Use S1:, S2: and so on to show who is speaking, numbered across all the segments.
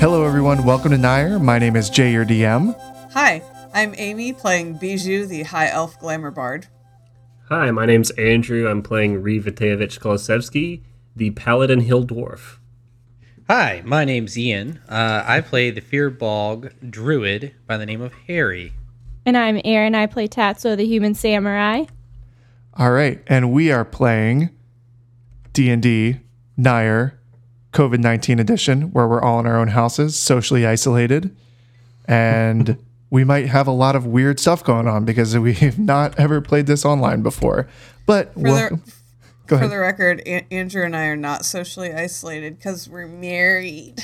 S1: Hello, everyone. Welcome to Nair. My name is Jay, your DM.
S2: Hi, I'm Amy playing Bijou, the High Elf Glamour Bard.
S3: Hi, my name's Andrew. I'm playing Rivatevich Kolosevsky, the Paladin Hill Dwarf.
S4: Hi, my name's Ian. Uh, I play the Fearbog Druid by the name of Harry.
S5: And I'm Erin. I play Tatsuo, the human samurai.
S1: All right, and we are playing D&D Nair COVID-19 edition where we're all in our own houses, socially isolated, and we might have a lot of weird stuff going on because we've not ever played this online before. But
S2: For,
S1: wel-
S2: the,
S1: go
S2: for
S1: ahead.
S2: the record, An- Andrew and I are not socially isolated because we're married.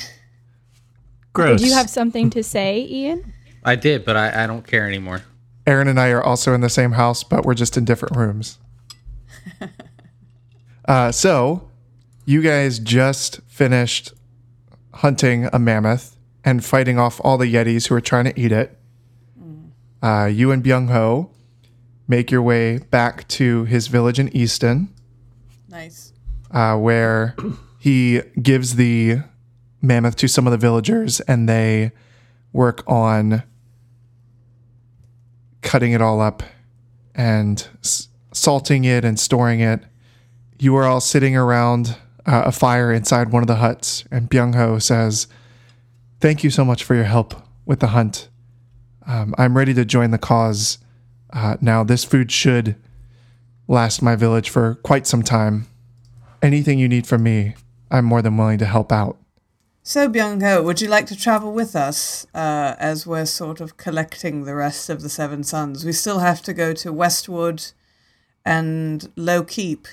S3: Gross.
S5: Do you have something to say, Ian?
S4: I did, but I, I don't care anymore.
S1: Aaron and I are also in the same house, but we're just in different rooms. uh, so, you guys just finished hunting a mammoth and fighting off all the Yetis who are trying to eat it. Uh, you and Byung Ho make your way back to his village in Easton
S2: Nice.
S1: uh, where he gives the mammoth to some of the villagers and they work on cutting it all up and s- salting it and storing it. You are all sitting around uh, a fire inside one of the huts, and Byung Ho says, Thank you so much for your help with the hunt. Um, I'm ready to join the cause uh, now. This food should last my village for quite some time anything you need from me, I'm more than willing to help out.
S2: So, Byung Ho, would you like to travel with us uh, as we're sort of collecting the rest of the Seven Sons? We still have to go to Westwood and Low Keep.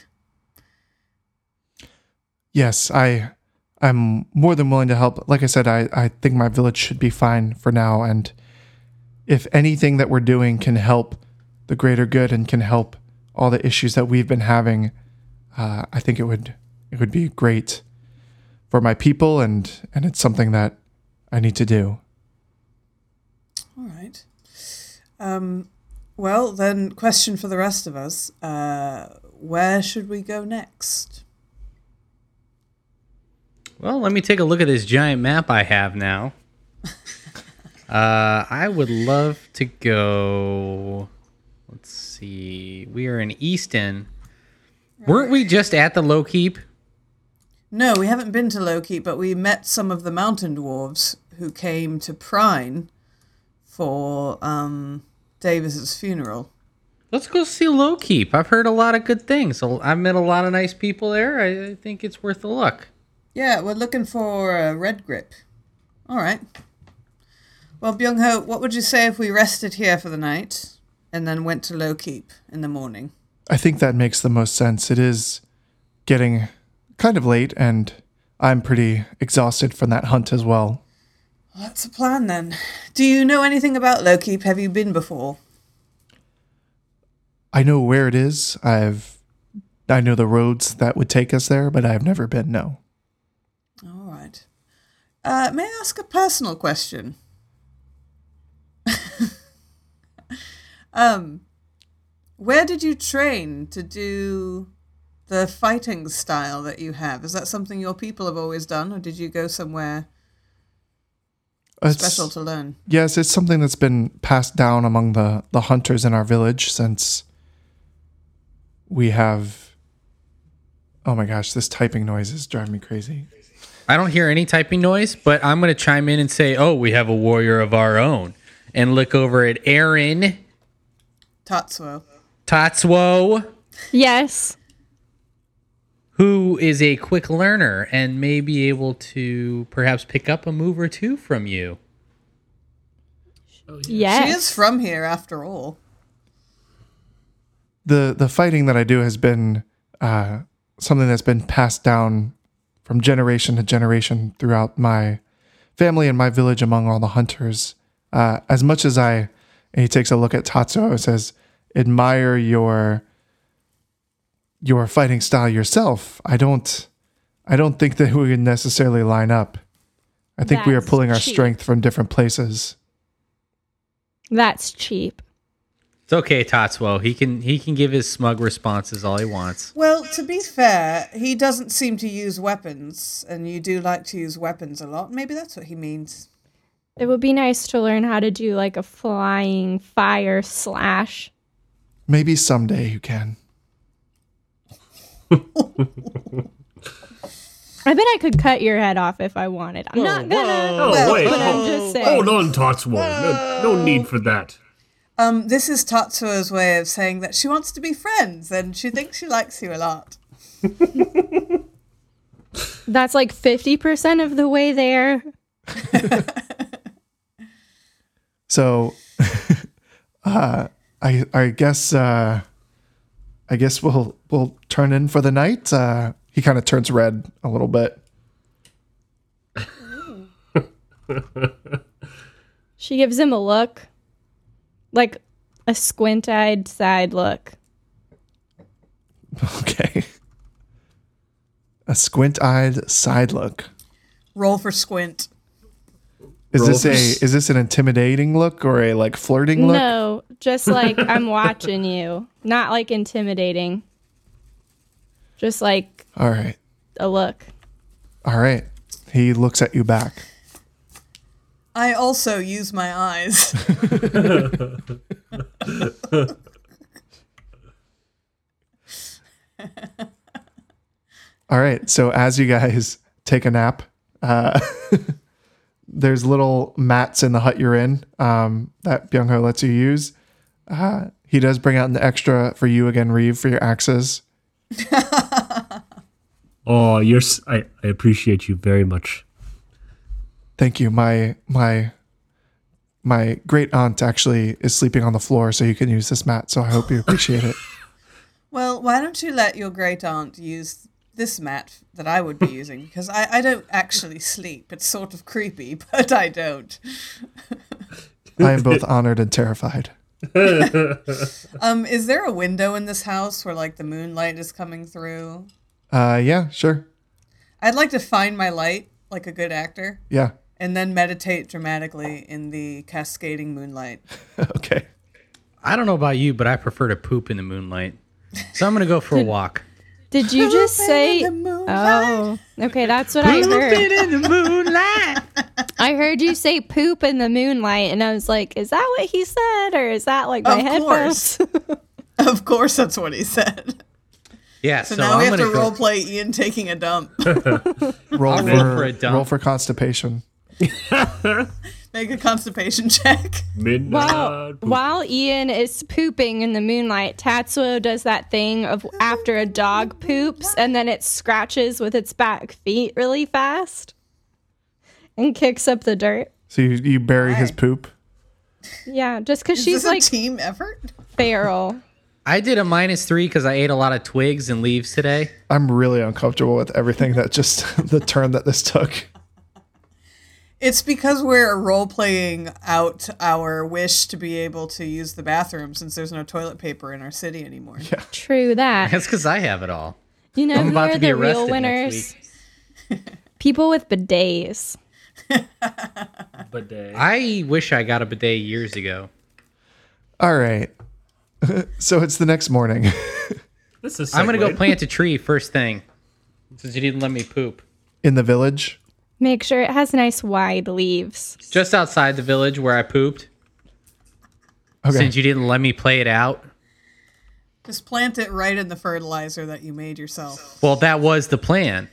S1: Yes, I I'm more than willing to help. Like I said, I, I think my village should be fine for now and if anything that we're doing can help the greater good and can help all the issues that we've been having, uh, I think it would it would be great for my people and and it's something that I need to do.
S2: All right. Um, well, then, question for the rest of us uh, where should we go next?
S4: Well, let me take a look at this giant map I have now. uh, I would love to go. Let's see. We are in Easton. Weren't we just at the low keep?
S2: No, we haven't been to Loki, but we met some of the mountain dwarves who came to Prine for um, Davis's funeral.
S4: Let's go see Low Keep. I've heard a lot of good things. So I've met a lot of nice people there. I I think it's worth a look.
S2: Yeah, we're looking for a red grip. All right. Well, Byung Ho, what would you say if we rested here for the night and then went to Low Keep in the morning?
S1: I think that makes the most sense. It is getting kind of late and I'm pretty exhausted from that hunt as well.
S2: That's a plan then. Do you know anything about Low Keep? Have you been before?
S1: I know where it is. I've I know the roads that would take us there, but I've never been. No.
S2: All right. Uh, may I ask a personal question? um, where did you train to do the fighting style that you have? Is that something your people have always done, or did you go somewhere
S1: It's-
S2: special to learn?
S1: yes, it's something that's been passed down among the the hunters in our village since we have Oh my gosh, this typing noise is driving me crazy.
S4: I don't hear any typing noise, but I'm going to chime in and say, oh, we have a warrior of our own. And look over at Aaron
S2: Tatsuo.
S4: Tatsuo,
S5: Yes.
S4: who is a quick learner and may be able to perhaps pick up a move or two from you.
S5: Yes.
S2: She is from here after all.
S1: the the fighting that I do has been uh, something that's been passed down from generation to generation throughout my family and my village among all the hunters. Uh, as much as I, and he takes a look at Tatsuo and says, "Admire your your fighting style yourself. I don't, I don't think that we would necessarily line up. I think we are
S5: That's
S1: pulling our
S5: cheap.
S1: strength from different places."
S5: That's cheap.
S4: It's okay, Tatsuo. He can he can give his smug responses all he wants.
S2: Well, to be fair, he doesn't seem to use weapons, and you do like to use weapons a lot. Maybe that's what he means.
S5: It would be nice to learn how to do like a flying fire slash.
S1: Maybe someday you can.
S5: I bet I could cut your head off if I wanted. I'm not gonna.
S3: Oh,
S2: Well,
S3: wait.
S5: but I'm
S3: Hold,
S5: just saying.
S2: Oh,
S3: hold on, Tatsuo. No, no need for that.
S2: Um, this is Tatsuo's way of saying that she wants to be friends, and she thinks she likes you a lot.
S5: That's like 50% of the way there.
S1: So, uh, I I guess uh, I guess we'll we'll turn in for the night. Uh, he kind of turns red a little bit.
S5: She gives him a look, like a squint eyed side look.
S1: Okay. A squint-eyed side look.
S2: Roll for squint.
S1: Is
S3: Roll
S1: this
S3: for
S1: a
S3: s-
S1: is this an intimidating look or a like flirting look?
S5: No, just like I'm watching you. Not like intimidating. Just like
S1: All right.
S5: a look.
S1: All right. He looks at you back.
S2: I also use my eyes.
S1: All right. So as you guys take a nap, uh, there's little mats in the hut you're in um, that Byung Ho lets you use. Uh, he does bring out an extra for you again, Reeve, for your axes.
S3: Oh, you're. s- I, I appreciate you very much.
S1: Thank you. My my my great aunt actually is sleeping on the floor, so you can use this mat. So I hope you appreciate it.
S2: Well, why don't you let your great aunt use this mat that I would be using? Because I, I don't actually sleep. It's sort of creepy, but I don't.
S1: I am both honored and terrified.
S2: Um, is there a window in this house where like the moonlight is coming through?
S1: Uh, yeah, sure,
S2: I'd like to find my light, like a good actor,
S1: yeah,
S2: and then meditate dramatically in the cascading moonlight.
S1: okay.
S4: I don't know about you, but I prefer to poop in the moonlight. So I'm gonna go for a walk.
S5: Did you just say.
S2: The moonlight.
S5: Oh, okay. That's what I heard.
S4: in the moonlight.
S5: I heard you say poop in the moonlight, and I was like, is that what he said? Or is that like my
S2: Of
S5: headphones?
S2: course. Of course, that's what he said.
S4: Yeah,
S2: So,
S4: so,
S2: now
S4: I'm
S2: we have to
S4: gonna go-
S2: roleplay Ian taking a dump.
S1: Roll
S4: I'll
S1: for,
S4: roll for a dump.
S1: roll for constipation.
S2: Make a constipation check.
S3: Midnight.
S5: While,
S3: poop.
S5: while Ian is pooping in the moonlight, Tatsuo does that thing of after a dog poops and then it scratches with its back feet really fast and kicks up the dirt.
S1: So you you bury his poop.
S5: Yeah, just because
S2: Is
S5: she's
S2: this
S5: like
S2: a team effort?
S5: feral.
S4: I did a minus three because I ate a lot of twigs and leaves today.
S1: I'm really uncomfortable with everything that just the turn that this took.
S2: It's because we're role playing out our wish to be able to use the bathroom since there's no toilet paper in our city anymore.
S5: True that.
S4: That's because I have it all.
S5: You know
S4: I'm
S5: who
S4: about
S5: are
S4: to be
S5: the real
S4: arrested next
S5: winners?
S4: week.
S5: People with bidets.
S3: But uh,
S4: I wish I got a bidet years ago.
S1: All right. so it's the next morning.
S3: this is.
S4: I'm gonna go
S3: segue.
S4: plant a tree first thing, since you didn't let me poop.
S1: In the village,
S5: Make sure it has nice wide leaves.
S4: Just outside the village where I pooped,
S1: Okay.
S4: since you didn't let me play it out.
S2: Just plant it right in the fertilizer that you made yourself.
S4: Well, that was the plan.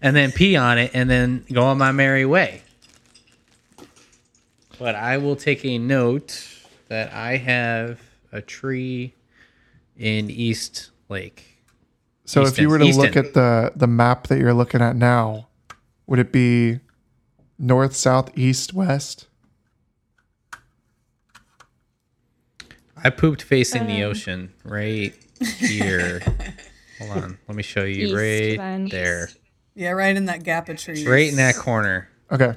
S4: And then pee on it and then go on my merry way. But I will take a note that I have a tree in East Lake.
S1: So if
S4: Easton,
S1: you were to look
S4: Easton.
S1: at the the map that you're looking at now, would it be north, south, east, west?
S4: I pooped facing
S5: Um.
S4: the ocean right here. Hold on. Let me show you
S5: East,
S4: right
S5: then.
S4: there.
S2: Yeah, right in that gap of trees.
S4: Right in that corner.
S1: Okay.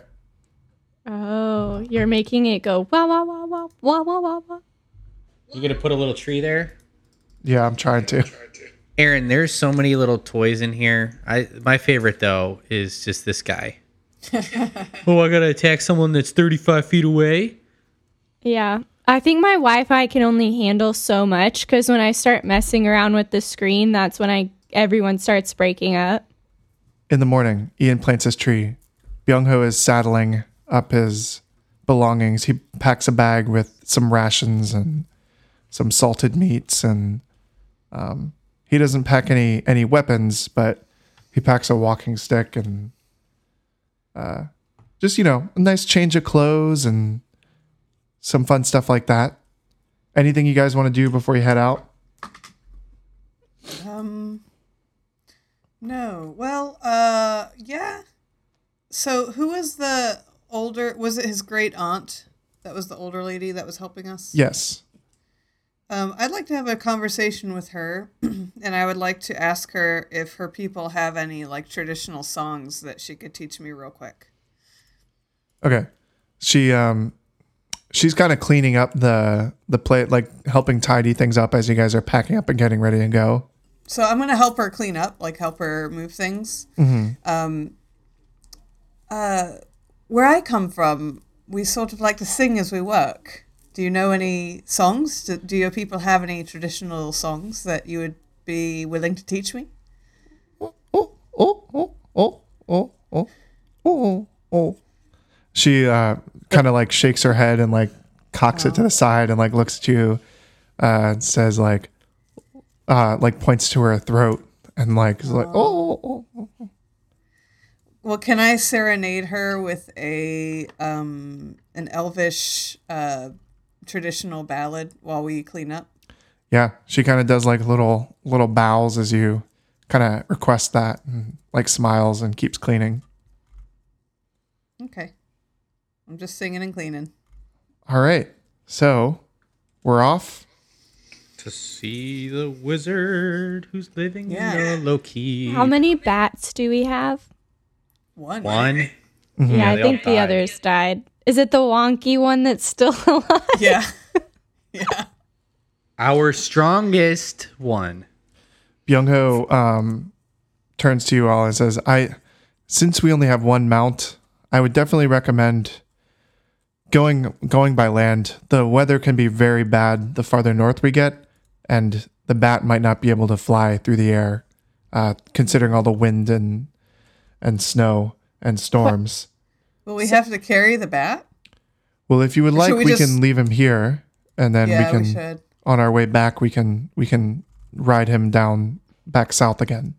S5: Oh, you're making it go wah wah wah wah wah wah wah wah.
S4: You gonna put a little tree there?
S1: Yeah, I'm trying to.
S4: Aaron, there's so many little toys in here. I my favorite though is just this guy. oh, I gotta attack someone that's 35 feet away.
S5: Yeah. I think my Wi Fi can only handle so much because when I start messing around with the screen, that's when I everyone starts breaking up.
S1: In the morning, Ian plants his tree. Byung Ho is saddling up his belongings. He packs a bag with some rations and some salted meats, and um, he doesn't pack any any weapons, but he packs a walking stick and uh, just you know a nice change of clothes and some fun stuff like that. Anything you guys want to do before you head out?
S2: Um. No. Well. Uh. Yeah. So who was the older? Was it his great aunt? That was the older lady that was helping us.
S1: Yes.
S2: Um, I'd like to have a conversation with her, and I would like to ask her if her people have any like traditional songs that she could teach me real quick.
S1: Okay. She um she's kind of cleaning up the the plate like helping tidy things up as you guys are packing up and getting ready to go.
S2: So I'm gonna help her clean up, like help her move things. Um, uh, where I come from, we sort of like to sing as we work. Do you know any songs? Do, do your people have any traditional songs that you would be willing to teach me?
S1: Oh, oh, oh, oh, oh, oh, oh, oh. She uh kind of like shakes her head and like cocks it to the side and like looks at you uh and says like uh like points to her throat and like is like oh, oh, oh.
S2: Well, can I serenade her with a um an elvish uh traditional ballad while we clean up?
S1: Yeah, she kind of does like little little bows as you kind of request that and like smiles and keeps cleaning.
S2: Okay. I'm just singing and cleaning.
S1: All right. So we're off.
S4: To see the wizard who's living
S2: Yeah.
S4: in the low key.
S5: How many bats do we have?
S2: One.
S4: One.
S5: Yeah, I
S4: Mm-hmm. they all
S5: think the
S4: died.
S5: others died. Is it the wonky one that's still alive?
S2: Yeah. yeah.
S4: Our strongest one.
S1: Byung Ho um, turns to you all and says, "I, since we only have one mount, I would definitely recommend going going by land. The weather can be very bad the farther north we get, and the bat might not be able to fly through the air, uh, considering all the wind and and snow and storms."
S2: Well, we have to carry the bat.
S1: Well, if you would like, we,
S2: we just-
S1: can leave him here, and then
S2: yeah,
S1: we
S2: we
S1: can
S2: should.
S1: on our way back we can we can ride him down back south again.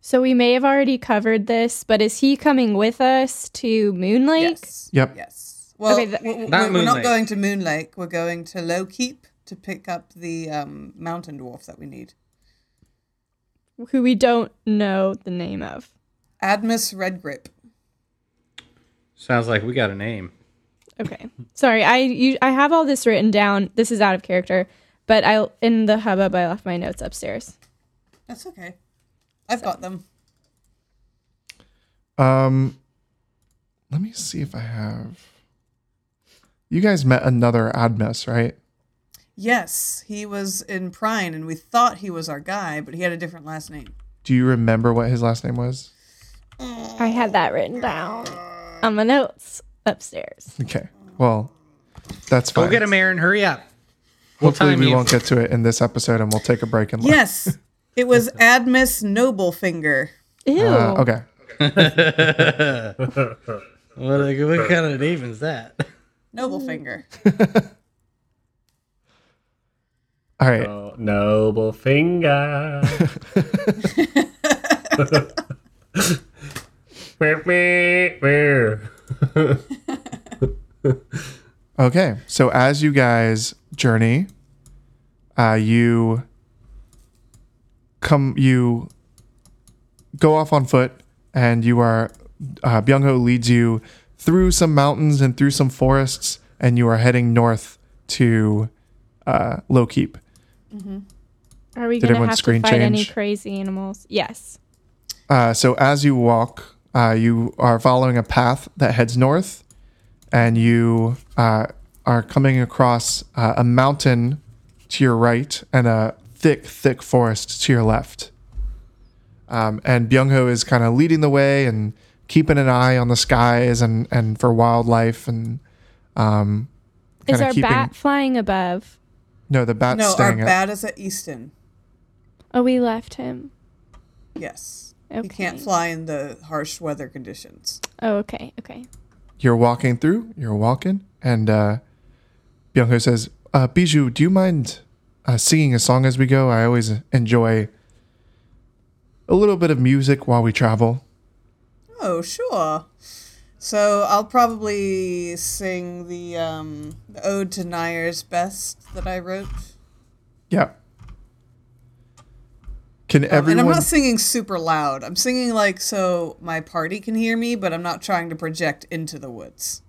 S5: So we may have already covered this, but is he coming with us to Moon Lake?
S2: Yes.
S1: Yep.
S2: Yes. Well,
S5: Okay, th-
S2: we- we-
S4: Not
S2: we're, we're not
S4: Moonlake.
S2: going to Moon Lake. We're going to Low Keep to pick up the um, mountain dwarf that we need.
S5: Who we don't know the name of.
S2: Admus Redgrip.
S4: Sounds like we got a name.
S5: Okay. Sorry, I you, I have all this written down. This is out of character, but I in the hubbub I left my notes upstairs.
S2: That's okay. I've got them.
S1: Um, let me see if I have. You guys met another Admes, right?
S2: Yes, he was in Prine, and we thought he was our guy, but he had a different last name.
S1: Do you remember what his last name was?
S5: I had that written down on my notes upstairs.
S1: Okay. Well, that's fine.
S4: Go get him, Aaron. Hurry up. We'll
S1: Hopefully,
S4: time
S1: we
S4: you.
S1: won't get to it in this episode, and we'll take a break and look.
S2: Yes, it was Admis Noblefinger.
S5: Ew.
S1: Uh, okay.
S4: What, what kind of name is that?
S2: Noblefinger.
S1: All right.
S3: Oh, noble finger. Meow, meow, meow.
S1: Okay, so as you guys journey, uh, you come, you go off on foot, and you are uh, Byung-ho leads you through some mountains and through some forests, and you are heading north to uh, Low Keep.
S5: Are we
S1: Did
S5: going to
S1: everyone
S5: have to
S1: screen
S5: fight any
S1: change?
S5: crazy animals? Yes.
S1: Uh, so as you walk, uh, you are following a path that heads north, and you uh, are coming across uh, a mountain to your right and a thick, thick forest to your left. Um, and Byung-ho is kind of leading the way and keeping an eye on the skies and, and for wildlife and um,
S5: Is
S1: kinda
S5: our bat flying above?
S1: no the bat
S2: no, our
S1: staying up.
S2: bat is at Easton.
S5: Oh, we left him.
S2: Yes.
S5: Okay.
S2: He can't fly in the harsh weather conditions.
S5: Oh, okay. Okay.
S1: you're walking through, you're walking, and uh, Byung-ho says, uh, Bijou, do you mind uh, singing a song as we go? I always enjoy a little bit of music while we travel.
S2: Oh, sure. So I'll probably sing the, um, the Ode to Nair's Best that I wrote.
S1: Yeah. Can
S2: and I'm
S1: everyone?
S2: not singing super loud. I'm singing like so my party can hear me, but I'm not trying to project into the woods.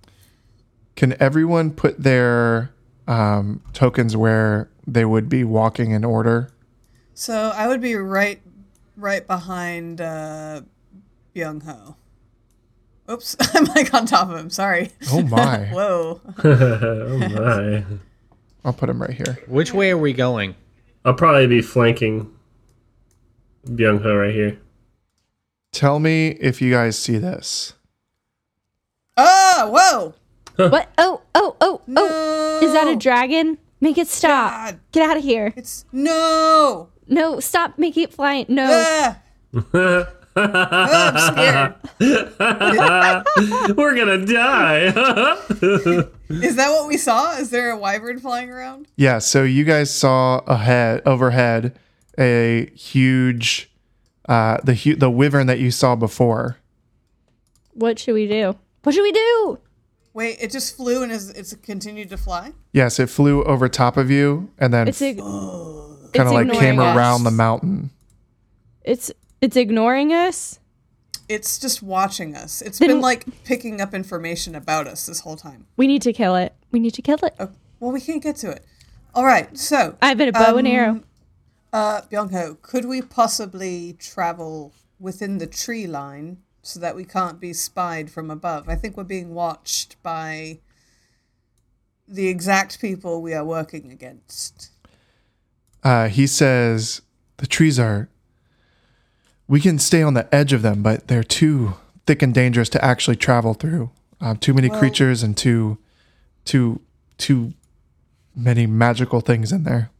S1: Can everyone put their um, tokens where they would be walking in order?
S2: So I would be right, right behind uh, Byung Ho. Oops, I'm like on top of him. Sorry.
S1: Oh my!
S2: Whoa.
S3: oh my.
S1: I'll put him right here.
S4: Which way are we going?
S3: I'll probably be flanking Byung Ho right here.
S1: Tell me if you guys see this.
S2: Oh, whoa.
S5: What? Oh, oh, oh, oh. Is that a
S2: No.
S5: dragon? Make it stop.
S2: God.
S5: Get out of here.
S2: It's no.
S5: No, stop. Make it fly. No.
S2: Ah. Ah, I'm scared.
S3: We're gonna die.
S2: Is that what we saw? Is there a wyvern flying around?
S1: Yeah, so you guys saw ahead overhead a huge uh the hu- the wyvern that you saw before.
S5: What should we do? What should we do?
S2: Wait, it just flew and is it's continued to fly?
S1: Yes, it flew over top of you and then
S5: It's ig-
S1: kind
S5: it's
S1: of like
S5: ignoring
S1: came
S5: us.
S1: around the mountain.
S5: It's it's ignoring us.
S2: It's just watching us. It's
S5: Then-
S2: been like picking up information about us this whole time.
S5: We need to kill it. We need to kill it.
S2: Oh, well, we can't get to it. All right, so
S5: I have a bow and
S2: um,
S5: arrow.
S2: Uh, Byung-ho, could we possibly travel within the tree line so that we can't be spied from above? I think we're being watched by the exact people we are working against.
S1: Uh he says the trees are we can stay on the edge of them, but they're too thick and dangerous to actually travel through. Um, too many creatures and too too too many magical things in there.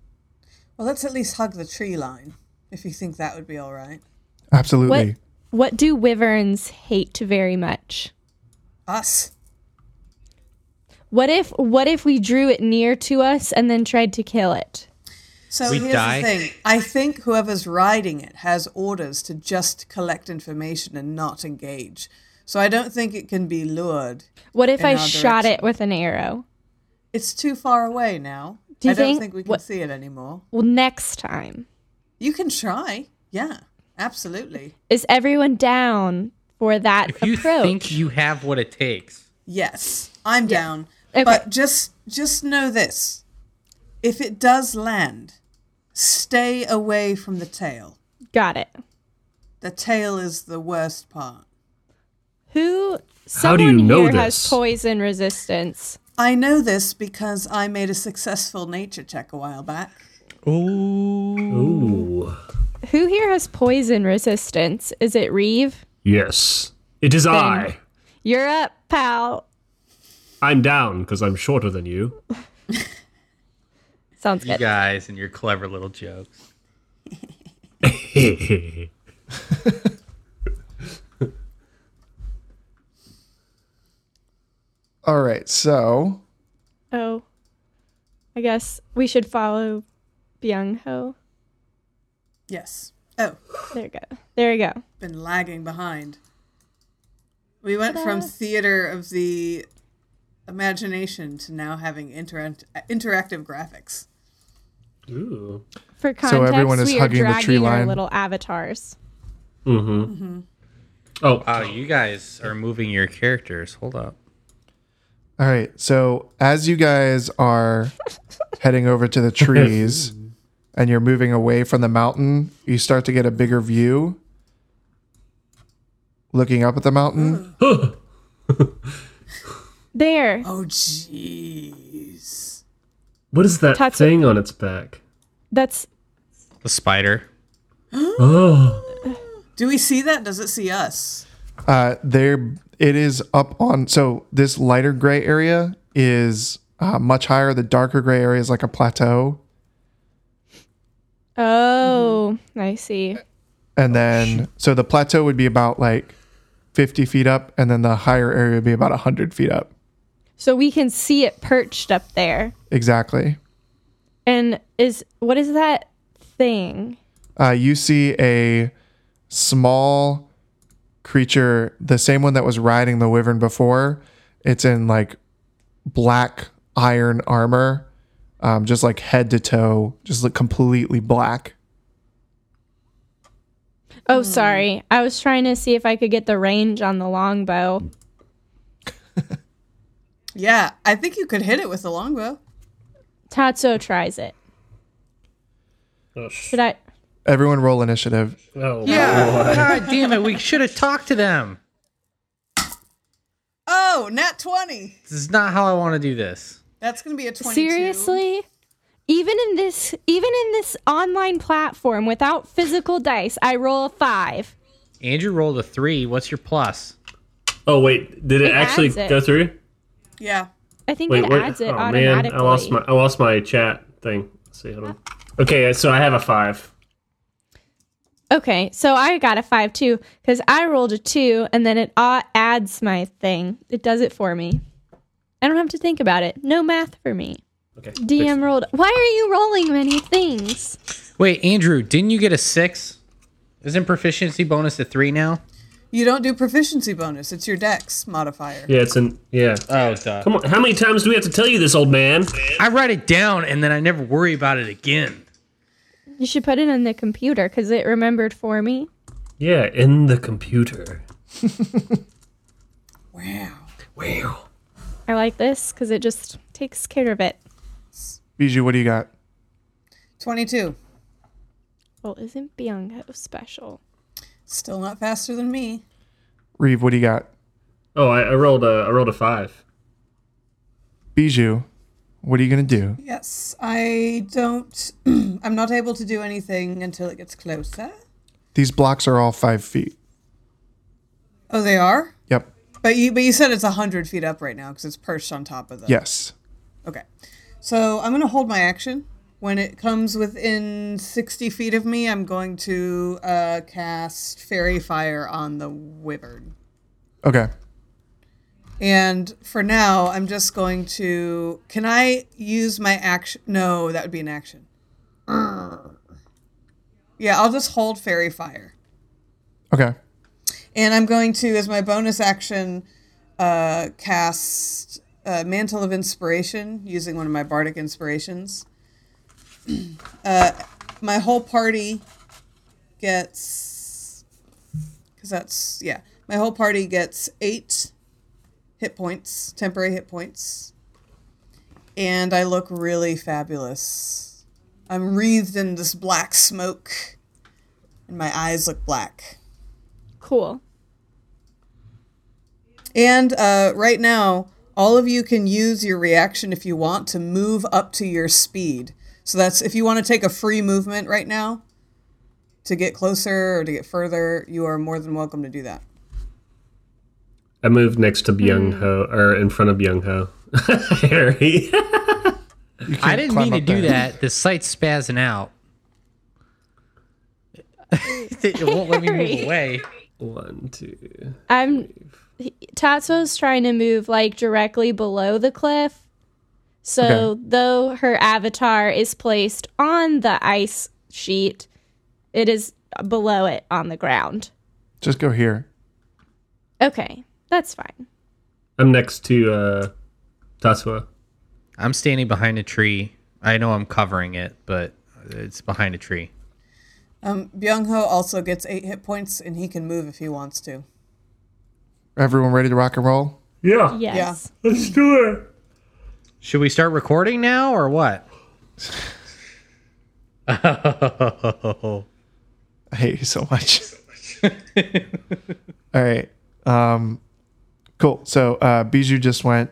S2: Well, let's at least hug the tree line if you think that would be all right.
S1: Absolutely.
S5: What what do wyverns hate very much?
S2: Us.
S5: What if what if we drew it near to us and then tried to kill it?
S2: So
S4: We
S2: here's
S4: die.
S2: the thing. I think whoever's riding it has orders to just collect information and not engage. So I don't think it can be lured.
S5: What if
S2: In
S5: I
S2: our
S5: shot
S2: direction.
S5: it with an arrow?
S2: It's too far away now.
S5: Do you
S2: I don't
S5: think-
S2: think, we can
S5: what-
S2: see it anymore.
S5: Well, next time.
S2: You can try. Yeah, absolutely.
S5: Is everyone down for that
S4: If you
S5: approach?
S4: think you have what it takes,
S2: Yes, I'm down.
S5: Okay.
S2: But just just know this. If it does land, stay away from the tail.
S5: Got it.
S2: The tail is the worst part.
S5: Who
S3: How do you
S5: someone
S3: know
S5: here has
S3: this?
S5: poison resistance.
S2: I know this because I made a successful nature check a while back.
S3: Ooh.
S5: Who here has poison resistance? Is it Reeve?
S3: Yes. It is I.
S5: You're up, pal.
S3: I'm down because I'm shorter than you.
S5: Sounds
S4: you
S5: good.
S4: guys and your clever little jokes.
S1: All right. So,
S5: oh. I guess we should follow Byung Ho.
S2: Yes. Oh,
S5: There you go. There you go.
S2: been lagging behind. We went from theater of the imagination to now having interact- interactive graphics.
S3: Ooh.
S5: For context,
S1: So everyone is
S5: we are
S1: hugging the tree
S5: dragging our
S1: line.
S5: little avatars.
S3: Oh,
S4: Wow, you guys are moving your characters. Hold up.
S1: All right. So as you guys are heading over to the trees and you're moving away from the mountain, you start to get a bigger view looking up at the mountain.
S5: There.
S2: Oh, jeez.
S3: what is that
S5: Tatsu-
S3: thing on its back?
S5: That's
S4: The spider.
S3: Oh,
S2: Do we see that? Does it see us?
S1: Uh, there it is up on. So this lighter gray area is uh, much higher. The darker gray area is like a plateau.
S5: oh, I see.
S1: And then, so the plateau would be about like 50 feet up, and then the higher area would be about 100 feet up.
S5: So we can see it perched up there.
S1: Exactly.
S5: And is what is that thing?
S1: uh, you see a small creature, the same one that was riding the wyvern before. It's in like black iron armor, um, just like head to toe, just look completely black.
S5: Oh, sorry. I was trying to see if I could get the range on the longbow.
S2: Yeah, I think you could hit it with the longbow.
S5: Tatsuo tries it.
S3: oh, sh-
S5: Should I?
S1: Everyone roll initiative.
S3: oh
S4: Yeah. God damn it. We should have talked to them.
S2: Oh, nat 20.
S4: This is not how I want to do this.
S2: That's going to be a 22.
S5: Seriously? Even in this, even in this online platform without physical dice, I roll a five.
S4: Andrew rolled a three. What's your plus?
S3: Oh, wait, did it,
S5: It
S3: actually
S5: adds it.
S3: go through?
S2: Yeah.
S5: I think
S3: Wait,
S5: it
S3: where-
S5: adds it
S3: oh man,
S5: automatically.
S3: I lost my I lost my chat thing. Let's see, hold on. Okay, so I have a five.
S5: Okay, so I got a five too because I rolled a two, and then it uh, adds my thing. It does it for me. I don't have to think about it. No math for me.
S3: Okay.
S5: DM rolled. Why are you rolling many things?
S4: Wait, Andrew, didn't you get a six? Isn't proficiency bonus a three now?
S2: You don't do proficiency bonus, it's your dex modifier.
S3: Yeah, it's an yeah.
S4: Oh, duh.
S3: Come on, how many times do we have to tell you this, old man?
S4: I write it down and then I never worry about it again.
S5: You should put it in the computer because it remembered for me.
S3: Yeah, in the computer.
S2: Wow.
S3: Wow.
S5: I like this because it just takes care of it.
S1: Bijou, what do you got?
S2: 22.
S5: Well, isn't Byung special?
S2: Still not faster than me.
S1: Reeve, what do you got?
S3: Oh, I, I rolled a I rolled a five.
S1: Bijou, what are you gonna do?
S2: Yes, I don't. I'm not able to do anything until it gets closer.
S1: These blocks are all five feet.
S2: Oh, they are.
S1: Yep.
S2: But you, but you said it's hundred feet up right now because it's perched on top of the.
S1: Yes.
S2: Okay, so I'm gonna hold my action. When it comes within sixty feet of me, I'm going to uh, cast fairy fire on the wyvern.
S1: Okay.
S2: And for now, I'm just going to. Can I use my action? No, that would be an action. Urgh. Yeah, I'll just hold fairy fire.
S1: Okay.
S2: And I'm going to, as my bonus action, uh, cast uh, Mantle of Inspiration using one of my bardic inspirations. uh, my whole party gets, because that's, yeah, my whole party gets eight hit points, temporary hit points. And I look really fabulous. I'm wreathed in this black smoke, and my eyes look black.
S5: Cool.
S2: And uh, right now, all of you can use your reaction if you want to move up to your speed. So that's if you want to take a free movement right now to get closer or to get further, you are more than welcome to do that.
S3: I moved next to Byung Ho or in front of Byung Ho. Harry.
S1: You can't
S4: I didn't
S1: climb
S4: mean to
S1: up
S4: do
S1: there.
S4: that. The site's spazzing out. it won't let me move
S5: Harry.
S4: away.
S3: One, two.
S5: I'm Tatsuo's trying to move like directly below the cliff. So,
S1: Okay.
S5: though her avatar is placed on the ice sheet, it is below it on the ground.
S1: Just go here.
S5: Okay, that's fine.
S3: I'm next to uh, Taswa.
S4: I'm standing behind a tree. I know I'm covering it, but it's behind a tree.
S2: Um, Byung Ho also gets eight hit points and he can move if he wants to.
S1: Everyone ready to rock and roll?
S3: Yeah,
S5: Yes.
S3: let's do it.
S4: Should we start recording now or what? Oh.
S1: I hate you so much. All right. Um, cool. So uh, Bijou just went.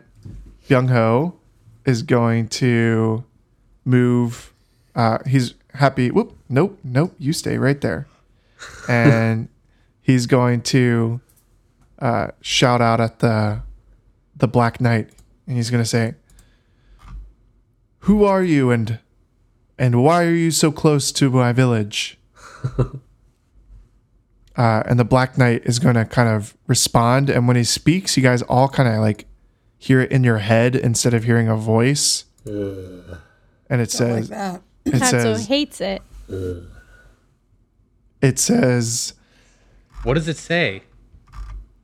S1: Byung Ho is going to move. Uh, he's happy. Whoop. Nope. Nope. You stay right there. And he's going to uh, shout out at the the Black Knight, and he's going to say, "Who are you, and and why are you so close to my village?" uh, and the Black Knight is going to kind of respond. And when he speaks, you guys all kind of like hear it in your head instead of hearing a voice. And it
S2: Like
S1: says,
S2: that.
S1: it
S5: Tatsuo
S1: says,
S5: hates it.
S1: it says,
S4: What does it say?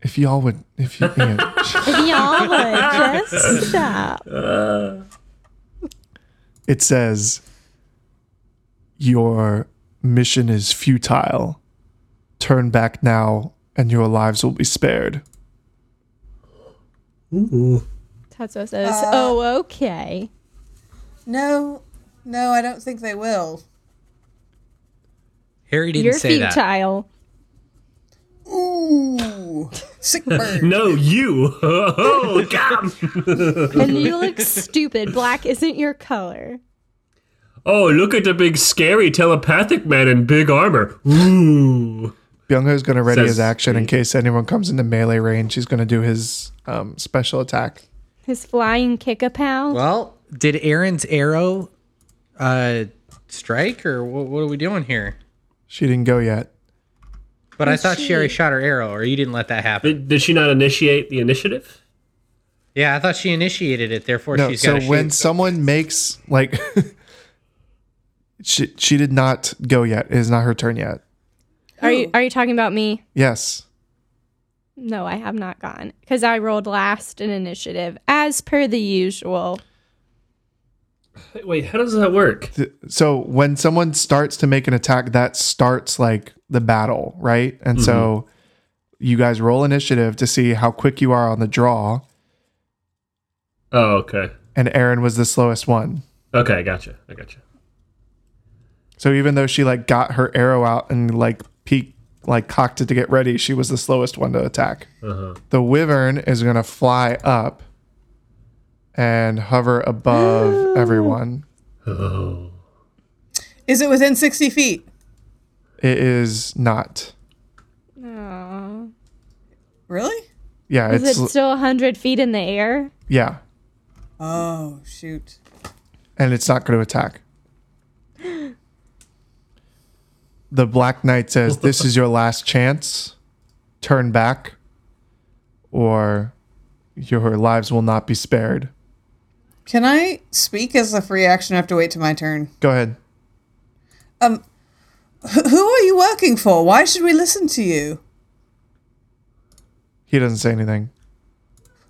S1: if y'all would, if you,
S5: Y'all would just stop.
S1: it says, your mission is futile. Turn back now, and your lives will be spared.
S5: Tatsuo says,
S4: Uh,
S5: "Oh, okay."
S2: No, no, I don't think they will.
S4: Harry didn't
S5: You're
S4: say that.
S5: futile.
S2: Ooh, sick bird.
S3: No, you. Oh, God.
S5: and you look stupid. Black isn't your color.
S3: Oh, look at the big scary telepathic man in big armor. Ooh.
S1: Byung is going to ready
S3: Says-
S1: his action in case anyone comes into melee range. He's going to do his um, special attack.
S5: His flying kick a pal.
S4: Well, did Aaron's arrow uh, strike or what, what are we doing here?
S1: She didn't go yet.
S4: But I thought Sherry shot her arrow, or you didn't let that happen.
S3: Did, did she not initiate the initiative?
S4: Yeah, I thought she initiated it. Therefore,
S1: No,
S4: she's
S1: so
S4: got to
S1: when
S4: shoot.
S1: someone makes like she she did not go yet. It is not her turn yet.
S5: Are you are you talking about me?
S1: Yes.
S5: No, I have not gone because I rolled last in initiative, as per the usual.
S3: Wait, how does that work?
S1: Th- So when someone starts to make an attack, that starts like the battle, right? And so you guys roll initiative to see how quick you are on the draw,
S3: Oh, okay.
S1: and Aaron was the slowest one.
S3: Okay, I gotcha. I gotcha.
S1: So even though she like got her arrow out and like peek like cocked it to get ready, she was the slowest one to attack. The wyvern is gonna fly up and hover above everyone.
S3: Oh.
S2: Is it within 60 feet?
S1: It is not.
S5: Oh.
S2: Really?
S1: Yeah,
S5: Is
S1: it's
S5: it still 100 feet in the air?
S1: yeah,
S2: Oh, shoot.
S1: and it's not going to attack. The Black Knight says, "This is your last chance. Turn back, or your lives will not be spared."
S2: Can I speak as a free action? I have to wait to my turn.
S1: Go ahead.
S2: Um, Wh- who are you working for? Why should we listen to you?
S1: He doesn't say anything.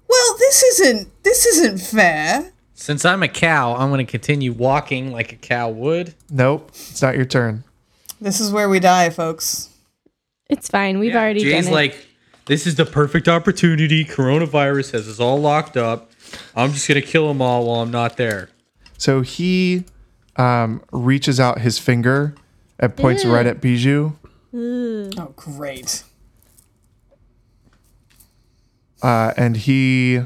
S2: Well, this isn't this isn't fair.
S4: Since I'm a cow, I'm going to continue walking like a cow would.
S1: Nope, it's not your turn.
S2: This is where we die, folks.
S5: It's fine. We've already
S4: Jay's
S5: done it.
S4: like, this is the perfect opportunity. Coronavirus has us all locked up. I'm just going to kill them all while I'm not there.
S1: So he um, reaches out his finger and points right at Bijou.
S2: Oh, great.
S1: Uh, and he,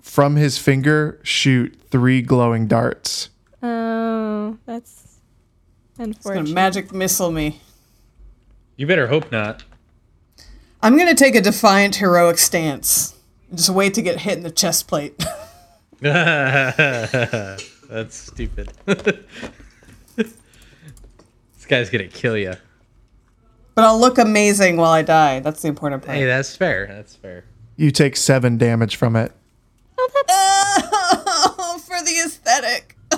S1: from his finger, shoot three glowing darts.
S5: oh, that's
S2: It's gonna
S5: unfortunate.
S2: magic missile me.
S4: You better hope not.
S2: I'm gonna take a defiant heroic stance. and Just wait to get hit in the chest plate.
S4: That's stupid. this guy's going to kill you.
S2: but I'll look amazing while I die. That's the important part.
S4: Hey, that's fair. That's fair.
S1: You take seven damage from it.
S5: oh, that's
S2: Oh, for the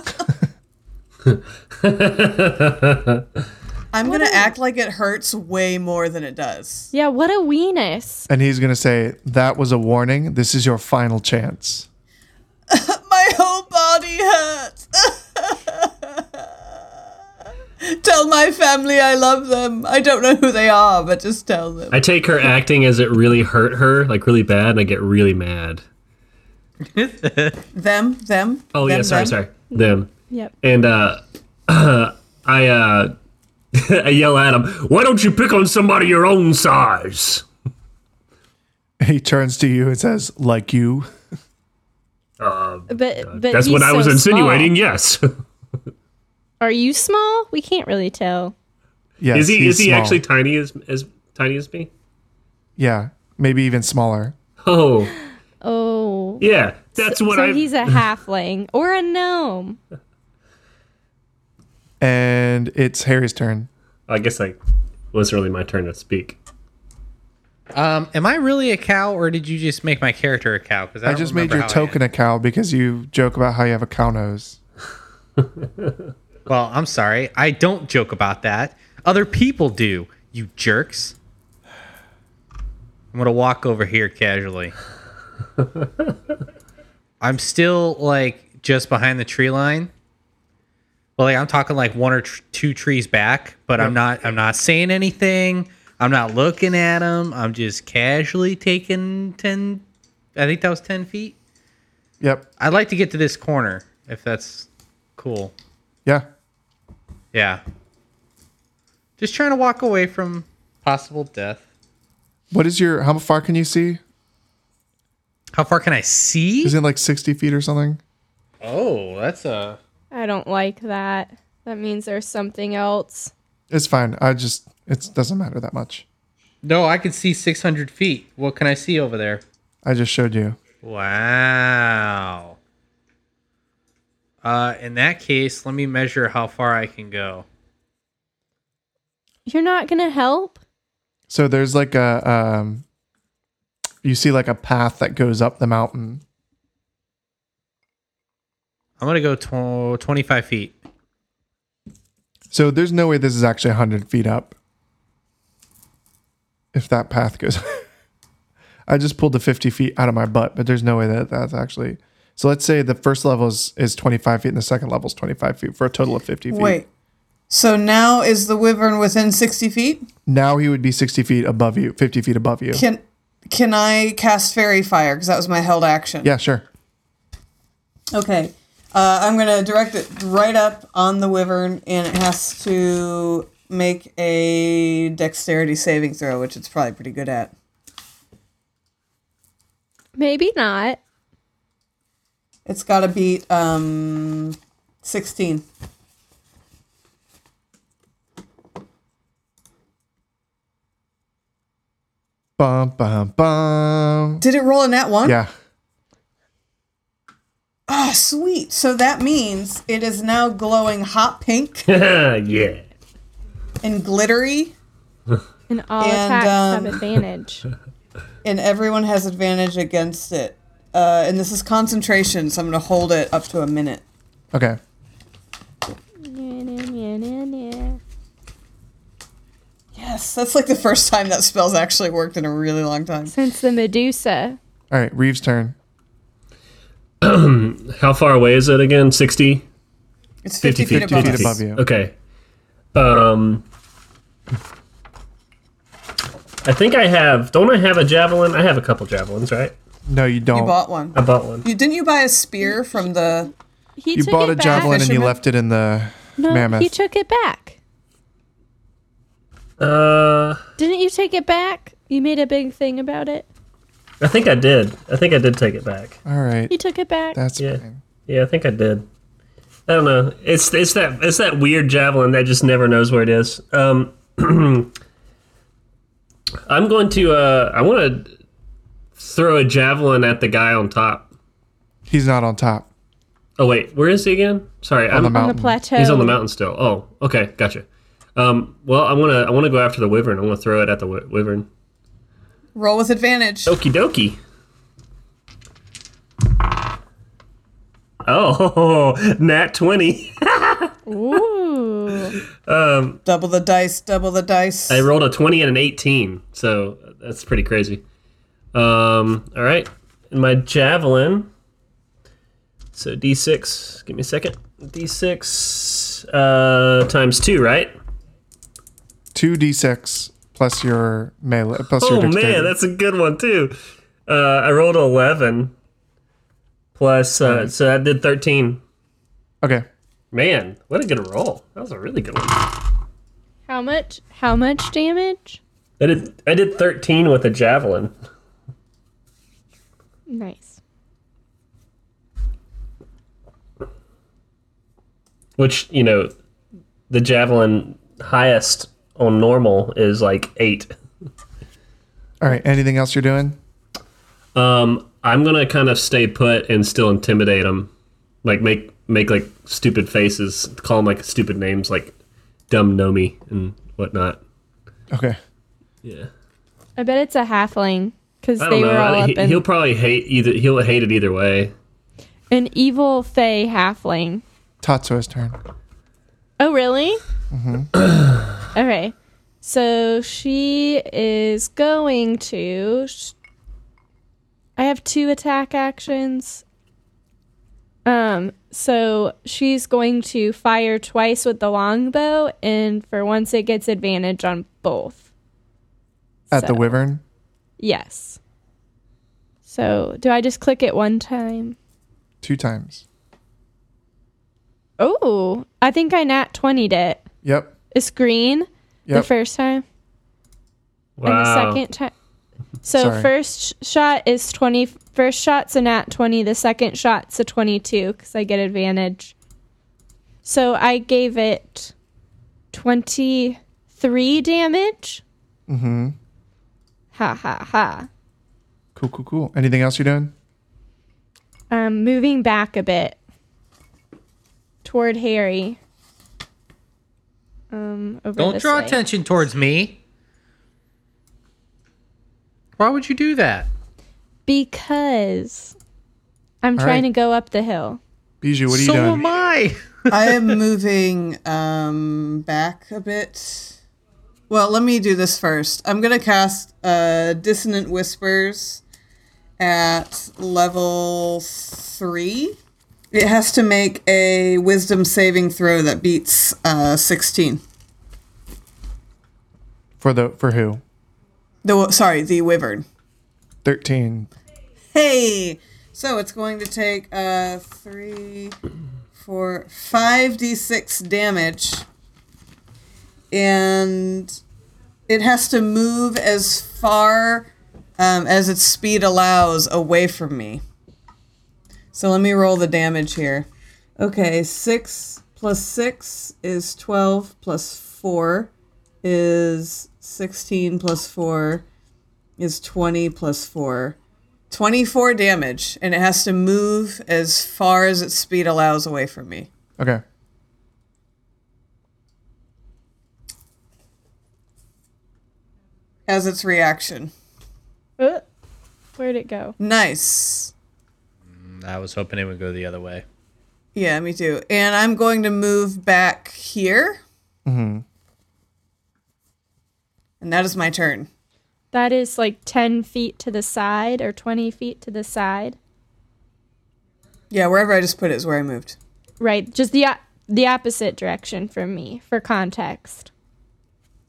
S2: I'm going to act like it hurts way more than it does.
S5: Yeah, what a weenus.
S1: And he's going to say, That was a warning. This is your final chance.
S2: My whole body hurts. tell my family I love them. I don't know who they are, but just tell them.
S3: I take her acting as it really hurt her, like really bad, and I get really mad.
S2: them, them.
S3: Oh yeah,
S2: them,
S3: sorry,
S2: them.
S3: sorry. Them.
S5: Yep.
S3: And uh I uh I yell at him, why don't you pick on somebody your own size?
S1: He turns to you and says, Like you.
S5: But but
S3: That's
S5: he's
S3: what I
S5: so
S3: was insinuating,
S5: small.
S3: yes.
S5: Are you small? We can't really tell.
S1: Yes,
S3: is he
S1: he's
S3: is he
S1: small.
S3: actually tiny as as tiny as me?
S1: Yeah, maybe even smaller.
S3: Oh.
S5: Oh.
S3: Yeah. That's what
S5: so
S3: I
S5: he's a halfling or a gnome.
S1: And it's Harry's turn.
S3: I guess I was really my turn to speak.
S4: Um, am I really a cow, or did you just make my character a cow? Because I,
S1: I
S4: don't
S1: just made
S4: remember
S1: your
S4: how I
S1: token
S4: am.
S1: a cow because you joke about how you have a cow nose.
S4: well, I'm sorry. I don't joke about that. Other people do. You jerks. I'm gonna walk over here casually. I'm still like just behind the tree line. Well, like I'm talking like one or tr- two trees back, but I'm not. I'm not saying anything. I'm not looking at them. I'm just casually taking ten. I think that was ten feet.
S1: Yep.
S4: I'd like to get to this corner if that's cool.
S1: Yeah.
S4: Yeah. Just trying to walk away from possible death.
S1: What is your, how far can you see?
S4: How far can I see?
S1: Isn't it like 60 feet or something?
S4: Oh, that's a
S5: I don't like that. That means there's something else.
S1: It's fine. I just, it doesn't matter that much.
S4: No, I can see 600 feet. What can I see over there?
S1: I just showed you.
S4: Wow. Uh, in that case, let me measure how far I can go.
S5: You're not gonna help?
S1: So there's like a, um, you see like a path that goes up the mountain.
S4: I'm gonna go tw- 25 feet.
S1: So there's no way this is actually 100 feet up. If that path goes. I just pulled the 50 feet out of my butt, but there's no way that that's actually. So let's say the first level is, is 25 feet and the second level is 25 feet for a total of 50 feet.
S2: Wait. So now is the wyvern within 60 feet?
S1: Now he would be 60 feet above you, 50 feet above you.
S2: Can can I cast fairy fire because that was my held action?
S1: yeah, sure.
S2: Okay. Uh, I'm gonna direct it right up on the wyvern, and it has to make a dexterity saving throw, which it's probably pretty good at.
S5: Maybe not.
S2: It's got to beat um, 16.
S1: Bum, bum, bum.
S2: Did it roll a nat one?
S1: Yeah.
S2: Ah, sweet. So that means it is now glowing hot pink
S3: yeah.
S2: and glittery,
S5: And all
S2: And,
S5: attacks
S2: um,
S5: have advantage.
S2: and everyone has advantage against it. Uh, and this is concentration, so I'm gonna hold it up to a minute.
S1: Okay.
S5: Yeah, yeah, yeah, yeah, yeah.
S2: Yes, that's like the first time that spell's actually worked in a really long time.
S5: Since the Medusa.
S1: All right. Reeves' turn.
S3: How far away is it again? 60?
S2: It's 50, feet,
S1: 50
S2: above
S1: feet
S2: us.
S1: above you.
S3: Okay. Um I think I have don't I have a javelin? I have a couple javelins, right?
S1: No, you
S2: You
S1: don't.
S2: bought one.
S3: I bought one.
S2: You didn't you buy a spear from the?
S5: He
S1: You
S5: took
S1: bought
S5: it
S1: a
S5: back.
S1: javelin and you
S2: Fisherman.
S1: left it in the
S5: no,
S1: mammoth.
S5: He took it back.
S3: Uh
S5: Didn't you take it back? You made a big thing about it.
S3: I think I did. I think I did take it back.
S1: All right.
S5: He took it back.
S1: That's
S3: Yeah.
S1: fine.
S3: Yeah, I think I did. I don't know. It's it's that it's that weird javelin that just never knows where it is. Um, I'm going to. Uh, I want to throw a javelin at the guy on top.
S1: He's not on top.
S3: Oh wait, where is he again? Sorry,
S1: On the
S3: I'm,
S5: on the
S1: mountain.
S5: plateau.
S3: he's on the mountain still. Oh, okay, gotcha. Um, well, I want to. I want to go after the wyvern. I want to throw it at the wy- wyvern.
S2: Roll with advantage.
S3: Okie dokie. Oh, nat twenty.
S5: Ooh.
S2: Double the dice, double the dice.
S3: I rolled a 20 and an 18, so that's pretty crazy. Um, all right. And my javelin. So d6, give me a second. d6 uh, times 2, right?
S1: Two d6 plus your melee plus your
S3: Oh
S1: dexterity.
S3: man, that's a good one too. Uh, I rolled 11 plus uh, so that did 13.
S1: okay.
S3: Man, what a good roll. That was a really good one.
S5: How much? How much damage?
S3: I did I did 13 with a javelin.
S5: Nice.
S3: which you know the javelin highest on normal is like eight
S1: All right. Anything else you're doing?
S3: um i'm gonna kind of stay put and still intimidate them like make make like stupid faces call them like stupid names like dumb nomi and whatnot
S1: Okay.
S3: yeah
S5: I bet it's a halfling because
S3: i don't
S5: they were
S3: know
S5: all
S3: I,
S5: up
S3: he,
S5: in
S3: he'll probably hate either he'll hate it either way
S5: an evil fey halfling.
S1: Tatsuo's turn.
S5: Oh, really? Mm-hmm. okay. So she is going to. sh- I have two attack actions. Um, so she's going to fire twice with the longbow, and for once it gets advantage on both.
S1: At the
S5: So-
S1: wyvern.
S5: Yes. So do I just click it one time?
S1: Two times.
S5: Oh, I think I nat 20'd it.
S1: Yep.
S5: It's green the
S1: Yep.
S5: first time. and
S3: wow
S5: the second time. So
S1: Sorry.
S5: first sh- shot is 20. First shot's a nat 20. The second shot's a 22 because I get advantage. So I gave it 23 damage.
S1: Mm-hmm.
S5: Ha ha ha.
S1: Cool, cool, cool. Anything else you're doing?
S5: Um, moving back a bit toward Harry. Um, over
S4: Don't
S5: this
S4: draw
S5: way.
S4: attention towards me. Why would you do that?
S5: because I'm trying
S1: right.
S5: to go up the hill.
S1: Bijou, what are
S4: so
S1: you doing?
S4: am I.
S2: I am moving um, back a bit. Well, let me do this first. I'm going to cast uh, Dissonant Whispers at level three. It has to make a wisdom saving throw that beats uh, 16.
S1: For the for who?
S2: The, sorry, the Wyvern.
S1: Thirteen.
S2: Hey! So it's going to take uh, three, four, five d6 damage. And it has to move as far um, as its speed allows away from me. So let me roll the damage here. Okay, 6 plus 6 is 12, plus 4 is 16, plus 4 is 20, plus 4. 24 damage, and it has to move as far as its speed allows away from me.
S1: Okay.
S2: As its reaction.
S5: Uh, where'd it go?
S2: Nice.
S4: I was hoping it would go the other way.
S2: Yeah, me too. And I'm going to move back here. Mm-hmm. And that is my turn.
S5: That is like 10 feet to the side or 20 feet to the side.
S2: Yeah, wherever I just put it is where I moved.
S5: Right, just the, o- the opposite direction from me for context.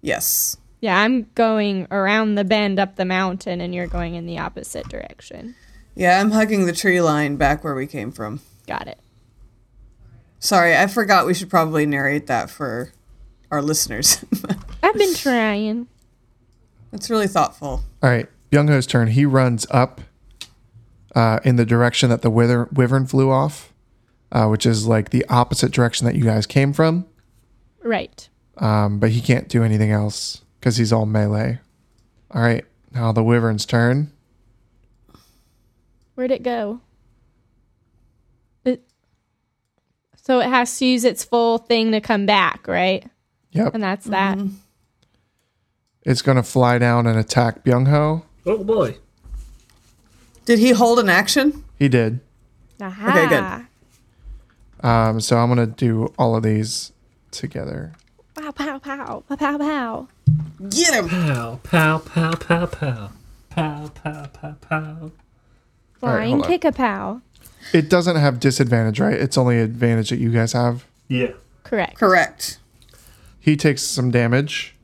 S2: Yes.
S5: Yeah, I'm going around the bend up the mountain and you're going in the opposite direction.
S2: Yeah, I'm hugging the tree line back where we came from.
S5: Got it.
S2: Sorry, I forgot we should probably narrate that for our listeners.
S5: I've been trying.
S2: That's really thoughtful.
S1: All right. Byung-ho's turn. He runs up uh, in the direction that the wither- wyvern flew off, uh, which is like the opposite direction that you guys came from.
S5: Right.
S1: Um, but he can't do anything else because he's all melee. All right. Now the wyvern's turn.
S5: Where'd it go? It, so it has to use its full thing to come back, right?
S1: Yep.
S5: And that's that.
S1: It's going to fly down and attack Byung-ho.
S3: oh boy
S2: Did he hold an action?
S1: He did.
S5: Aha.
S2: Okay, good.
S1: Um, so I'm going to do all of these together.
S5: Pow, pow, pow, pow, pow, pow.
S2: Get him!
S3: Pow, pow, pow, pow, pow. Pow, pow, pow, pow.
S1: right,
S5: Flying
S1: hold on.
S5: kick a pow.
S1: It doesn't have disadvantage, right? It's only advantage that you guys have.
S3: Yeah.
S5: Correct.
S2: Correct.
S1: He takes some damage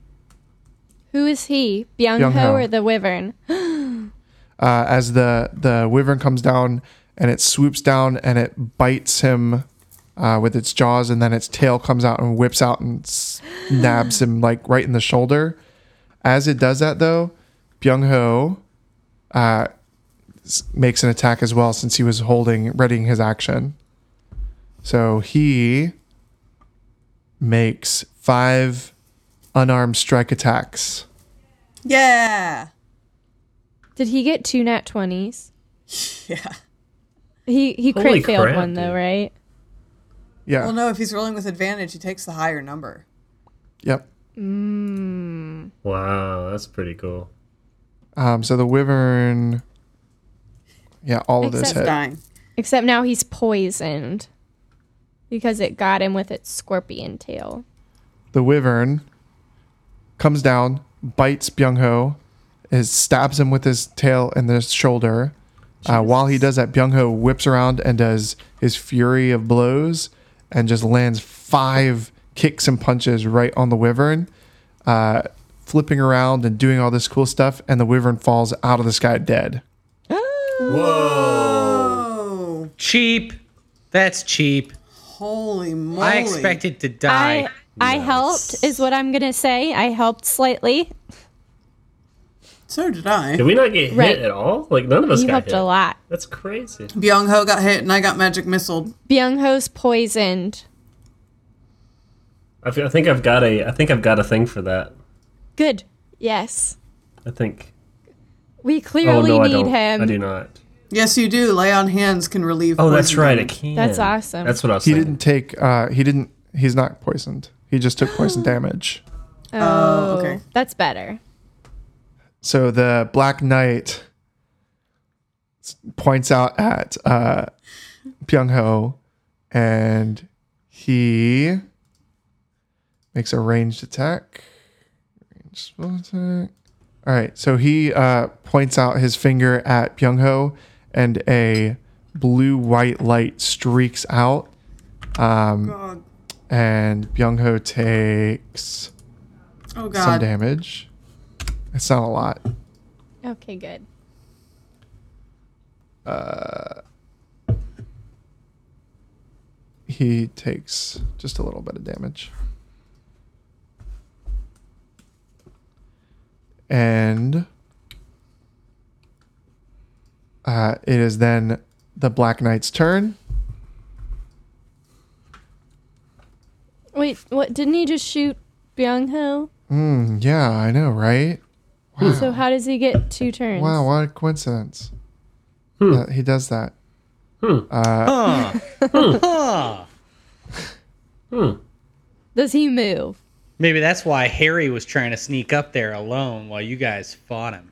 S5: Who is he? Byung
S1: Byung Ho.
S5: Ho or the Wyvern?
S1: uh, as the the wyvern comes down and it swoops down and it bites him uh, with its jaws, and then its tail comes out and whips out and s- nabs him like right in the shoulder. As it does that, though, Byung Ho uh, s- makes an attack as well since he was holding, readying his action. So he makes five unarmed strike attacks.
S2: Yeah.
S5: Did he get two nat 20s?
S2: Yeah.
S5: He he
S3: Holy
S5: crit failed
S3: crap,
S5: one though,
S3: dude.
S5: right?
S1: Yeah.
S2: Well, no, if he's rolling with advantage, he takes the higher number.
S1: Yep.
S3: Wow, that's pretty cool.
S1: Um, so the wyvern. Yeah, all of this
S5: Except
S1: hit.
S2: Dying.
S5: Except now he's poisoned because it got him with its scorpion tail.
S1: The wyvern comes down, bites Byung Ho, is stabs him with his tail in the shoulder. Uh, while he does that, Byung Ho whips around and does his fury of blows and just lands five kicks and punches right on the wyvern, uh, flipping around and doing all this cool stuff. And the wyvern falls out of the sky dead.
S2: Oh,
S4: Cheap. That's cheap.
S2: holy moly.
S4: I expected to die.
S5: I I helped is what I'm gonna say. I helped slightly.
S2: So did I.
S3: Did we not get
S5: Right.
S3: hit at all? Like, none of us
S5: You
S3: got
S5: helped
S3: hit.
S5: a lot.
S3: That's crazy.
S2: Byung Ho got hit and I got magic missiled.
S5: Byung Ho's poisoned.
S3: I, feel, I think I've got a. I think I've got a thing for that.
S5: Good. Yes.
S3: I think.
S5: We
S3: Oh
S5: clearly
S3: no, I
S5: need
S3: don't.
S5: him.
S3: I do not.
S2: Yes, you do. Lay on hands can relieve.
S3: Oh, that's
S2: poison
S3: right. I
S2: damage.
S3: can.
S5: That's awesome.
S3: That's what I was
S1: He
S3: saying.
S1: didn't take. Uh, he didn't. He's not poisoned. He just took poison damage.
S5: Oh,
S2: okay.
S5: That's better.
S1: So the Black Knight s- points out at uh, Byung Ho, and he makes a ranged attack. Ranged spell attack. All right. So he uh, points out his finger at Byung Ho, and a blue white light streaks out. Um,
S2: Oh, God.
S1: and Byung Ho takes
S2: Oh
S1: some
S2: God.
S1: damage. It's not a lot.
S5: Okay, good.
S1: He takes just a little bit of damage. And uh, it is then the Black Knight's turn.
S5: Wait, what didn't he just shoot Byung Ho?
S1: Mm, yeah, I know, right?
S5: So how does he get two turns?
S1: Wow, what a coincidence. that he does that.
S4: Huh.
S5: Does he move?
S4: Maybe that's why Harry was trying to sneak up there alone while you guys fought him.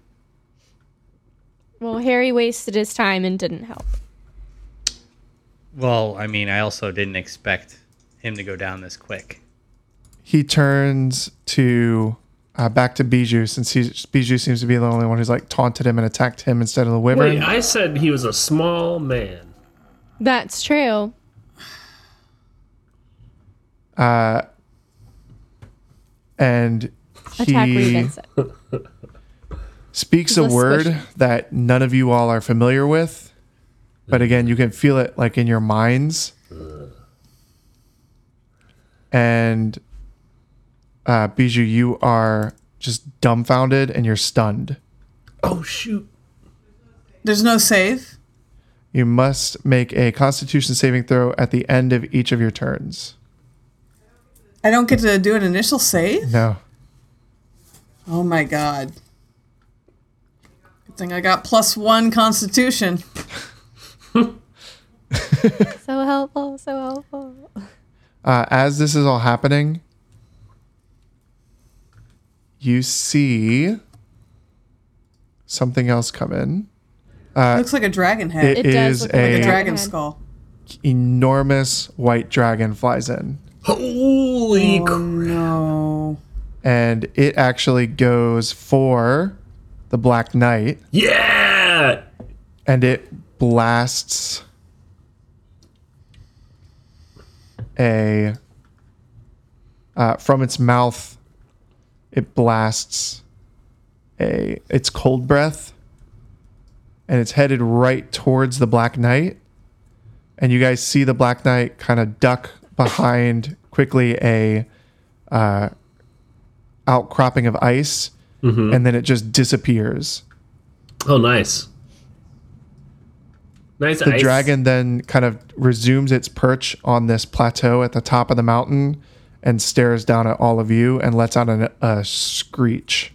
S5: Well, Harry wasted his time and didn't help.
S4: Well, I mean, I also didn't expect him to go down this quick.
S1: He turns to uh, back to Bijou since he's, Bijou seems to be the only one who's like taunted him and attacked him instead of the wyvern.
S3: Wait, I said he was a small man.
S5: That's true.
S1: and
S5: Attack
S1: he
S5: Ruben.
S1: speaks
S5: He's
S1: a
S5: a
S1: word
S5: squish.
S1: that none of you all are familiar with, but again, you can feel it like in your minds. And uh, Bijou, you are just dumbfounded and you're stunned.
S3: Oh shoot!
S2: There's no save.
S1: You must make a Constitution saving throw at the end of each of your turns.
S2: I don't get to do an initial save.
S1: No.
S2: Oh my God. Good thing I got plus one Constitution.
S5: So helpful, so helpful.
S1: Uh, as this is all happening, you see something else come in.
S2: Looks like a dragon head.
S5: It does
S1: is
S5: look like a
S1: a
S2: dragon
S5: head.
S2: skull.
S1: enormous white dragon flies in.
S3: Holy
S1: Oh.
S3: crap.
S2: No.
S1: and it actually goes for the Black Knight,
S3: Yeah!
S1: and it blasts a uh, from its mouth. It blasts a its cold breath, and it's headed right towards the Black Knight. And you guys see the Black Knight kind of duck behind quickly a uh, outcropping of ice, and then it just disappears.
S3: Oh, nice. Nice
S1: The
S3: ice.
S1: dragon then kind of resumes its perch on this plateau at the top of the mountain and stares down at all of you and lets out an, a screech.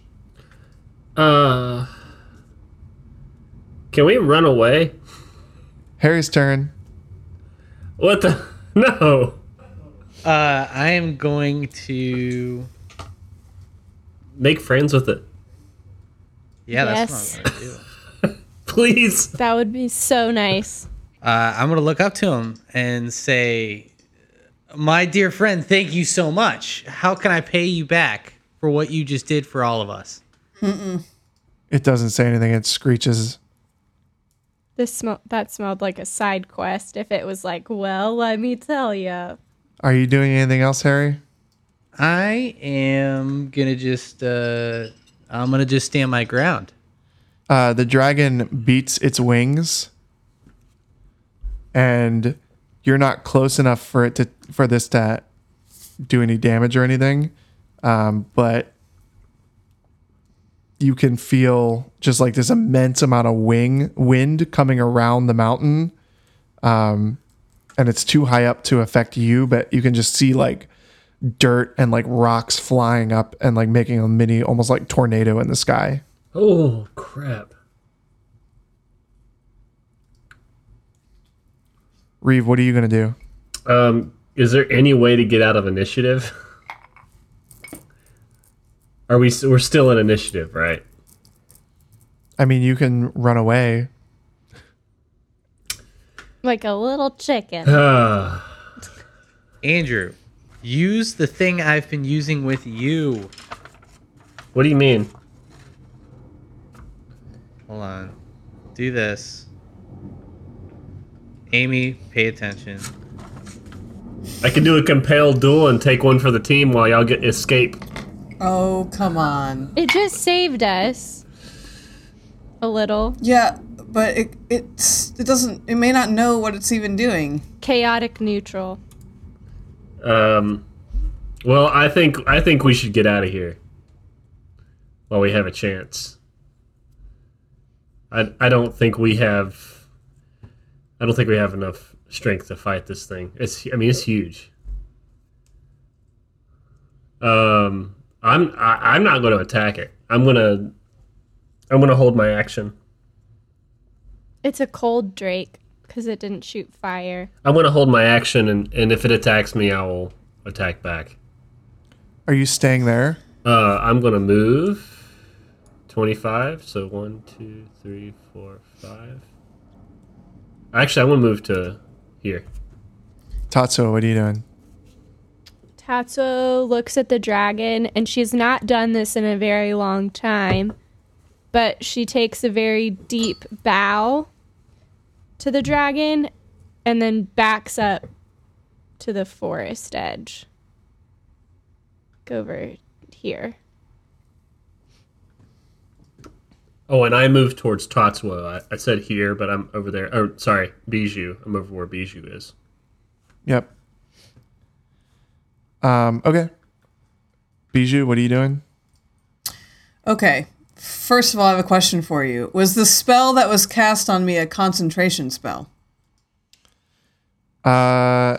S3: Uh, can we run away?
S1: Harry's turn.
S3: What the? No.
S4: Uh, I am going to.
S3: Make friends with it.
S4: Yeah, that's
S5: Yes.
S4: what I'm gonna do.
S3: Please.
S5: That would be so nice.
S4: Uh, I'm gonna look up to him and say, "My dear friend, thank you so much. How can I pay you back for what you just did for all of us?"
S1: It doesn't say anything. It screeches.
S5: This smell that smelled like a side quest. If it was like, well, let me tell you.
S1: Are you doing anything else, Harry?
S4: I am gonna just. Uh, I'm gonna just stand my ground.
S1: Uh, the dragon beats its wings, and you're not close enough for it to for this to do any damage or anything. Um, but you can feel just like this immense amount of wing wind coming around the mountain, um, and it's too high up to affect you. But you can just see like dirt and like rocks flying up and like making a mini almost like tornado in the sky.
S3: Oh, crap.
S1: Reeve, what are you gonna do?
S3: Um, is there any way to get out of initiative? Are we? We're still in initiative, right?
S1: I mean, you can run away.
S5: Like a little
S1: Uh-huh.
S5: chicken.
S3: Uh,
S4: Andrew, use the thing I've been using with you.
S3: what do you mean?
S4: Hold on. Do this. Amy, pay attention.
S3: I can do a compel duel and take one for the team while y'all get escape.
S2: Oh, come on.
S5: It just saved us. A little.
S2: Yeah, but it it's it doesn't it may not know what it's even doing.
S5: Chaotic neutral.
S3: Um, well, I think I think we should get out of here while we have a chance. I I don't think we have. I don't think we have enough strength to fight this thing. It's I mean it's huge. Um, I'm I, I'm not going to attack it. I'm gonna I'm gonna hold my action.
S5: It's a cold drake because it didn't shoot fire.
S3: I'm gonna hold my action, and and if it attacks me, I will attack back.
S1: Are you staying there?
S3: Uh, I'm gonna move 25. So one, two, three, four, five. Actually, I'm gonna move to here.
S1: Tatsuo, what are you doing?
S5: Tatsuo looks at the dragon, and she's not done this in a very long time, but she takes a very deep bow to the dragon and then backs up to the forest edge. Go over here.
S3: Oh, and I move towards Tatsuo. I, I said here, but I'm over there. Oh, sorry, Bijou. I'm over where Bijou is.
S1: Yep. Um, okay. Bijou, what are you doing?
S2: Okay. First of all, I have a question for you. Was the spell that was cast on me a concentration spell?
S1: Uh,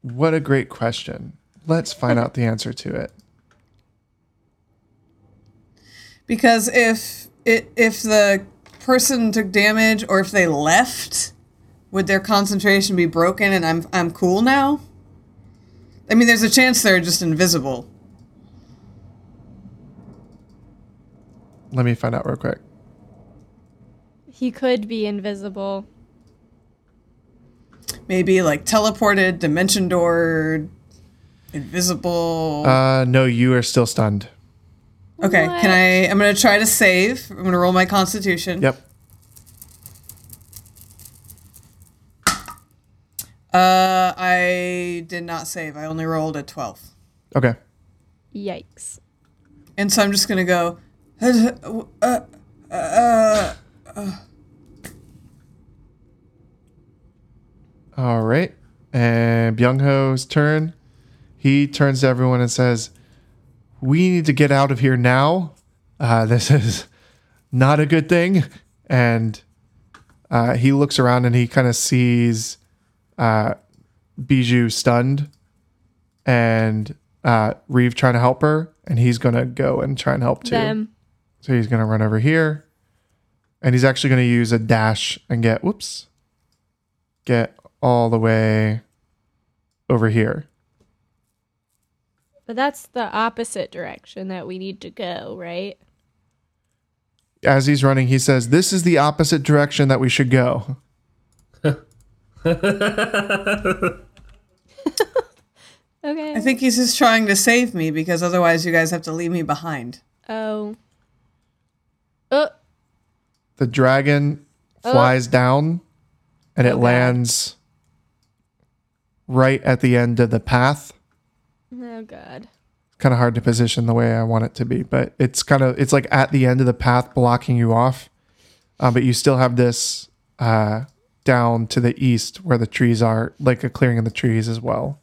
S1: what a great question. Let's find out the answer to it.
S2: Because if it if the person took damage or if they left, would their concentration be broken and I'm I'm cool now? I mean, there's a chance they're just invisible.
S1: Let me find out real quick.
S5: He could be invisible.
S2: Maybe like teleported, dimension door, Invisible.
S1: Uh, no, you are still stunned.
S2: okay, can I? I'm gonna try to save. I'm gonna roll my Constitution.
S1: Yep.
S2: Uh, I did not save. I only rolled a twelve,
S1: Okay.
S5: Yikes.
S2: and so I'm just gonna go. Uh, uh, uh,
S1: All right. And Byung Ho's turn. He turns to everyone and says, We need to get out of here now. Uh, this is not a good thing. And uh, he looks around and he kind of sees uh, Bijou stunned and uh, Reeve trying to help her. And he's going to go and try and help too.
S5: Them.
S1: So he's going to run over here. And he's actually going to use a dash and get, whoops, get all the way over here.
S5: But that's the opposite direction that we need to go, right?
S1: As he's running, he says, This is the opposite direction that we should go.
S5: Okay.
S2: I think he's just trying to save me because otherwise you guys have to leave me behind.
S5: oh. Oh,
S1: The dragon flies down and it lands right at the end of the path.
S5: oh god.
S1: Kind of hard to position the way I want it to be, but it's kind of it's like at the end of the path, blocking you off. Uh, but you still have this uh, down to the east where the trees are, like a clearing in the trees as well.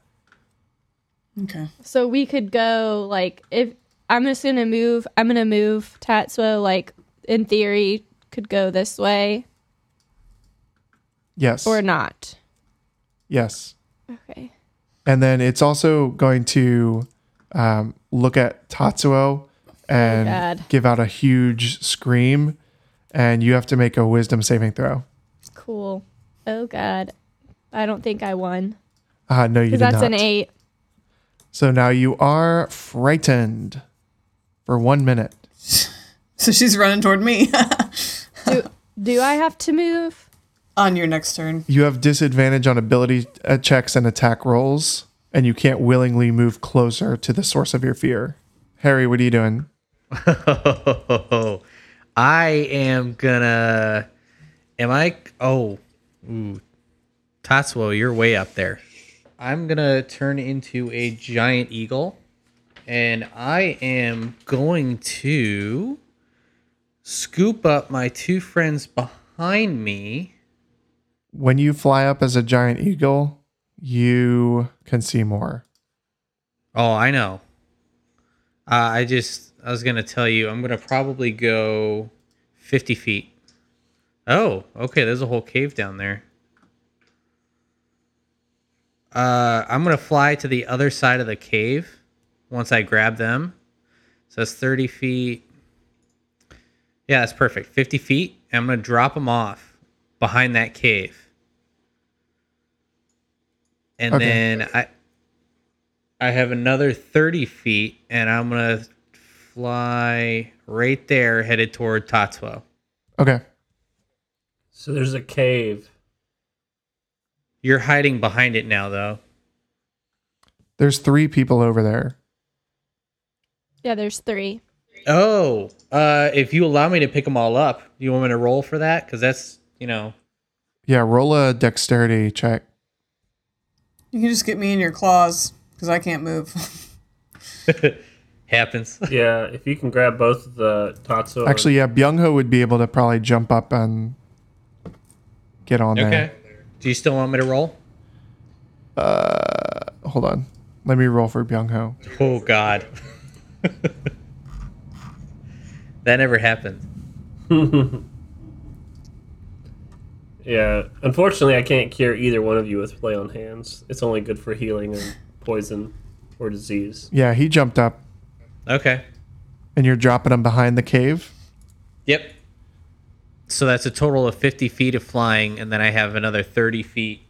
S2: Okay.
S5: So we could go like if I'm just gonna move. I'm gonna move Tatsuo. Like in theory, could go this way
S1: Yes.
S5: or not.
S1: yes.
S5: Okay.
S1: And then it's also going to um, look at Tatsuo and
S5: Oh, God.
S1: give out a huge scream. And you have to make a wisdom saving throw.
S5: Cool. Oh god. I don't think I won
S1: Uh, no, you did
S5: because that's
S1: not.
S5: an eight.
S1: So now you are frightened for one minute.
S2: So she's running toward me
S5: Do do I have to move?
S2: on your next turn.
S1: You have disadvantage on ability uh, checks and attack rolls, and you can't willingly move closer to the source of your fear. Harry, what are you doing?
S4: I am gonna. Am I? Oh, ooh, Tatsuo, you're way up there. I'm gonna turn into a giant eagle, and I am going to scoop up my two friends behind me.
S1: When you fly up as a giant eagle, you can see more.
S4: Oh, I know. Uh, I just I was gonna tell you I'm gonna probably go fifty feet. Oh, okay. There's a whole cave down there. Uh, I'm gonna fly to the other side of the cave once I grab them. So that's thirty feet. Yeah, that's perfect. Fifty feet. And I'm gonna drop them off behind that cave. And
S1: Okay.
S4: then I I have another 30 feet, and I'm going to fly right there, headed toward Tatsuo.
S1: Okay.
S3: So there's a cave.
S4: You're hiding behind it now, though.
S1: There's three people over there.
S5: Yeah, there's three.
S4: Oh, uh, if you allow me to pick them all up, you want me to roll for that? Because that's, you know.
S1: Yeah, roll a dexterity check.
S2: You can just get me in your claws because I can't move.
S4: Happens.
S3: Yeah, if you can grab both of the Tatsuo.
S1: Actually, yeah, Byung Ho would be able to probably jump up and get on
S4: Okay. Do you still want me to roll?
S1: there. Hold on. Let me roll for Byung Ho.
S4: Oh, God. that never happened.
S3: yeah. Unfortunately, I can't cure either one of you with lay on hands. It's only good for healing and poison or disease.
S1: Yeah, he jumped up
S4: Okay.
S1: and you're dropping him behind the cave.
S4: Yep. So that's a total of 50 feet of flying, and then I have another 30 feet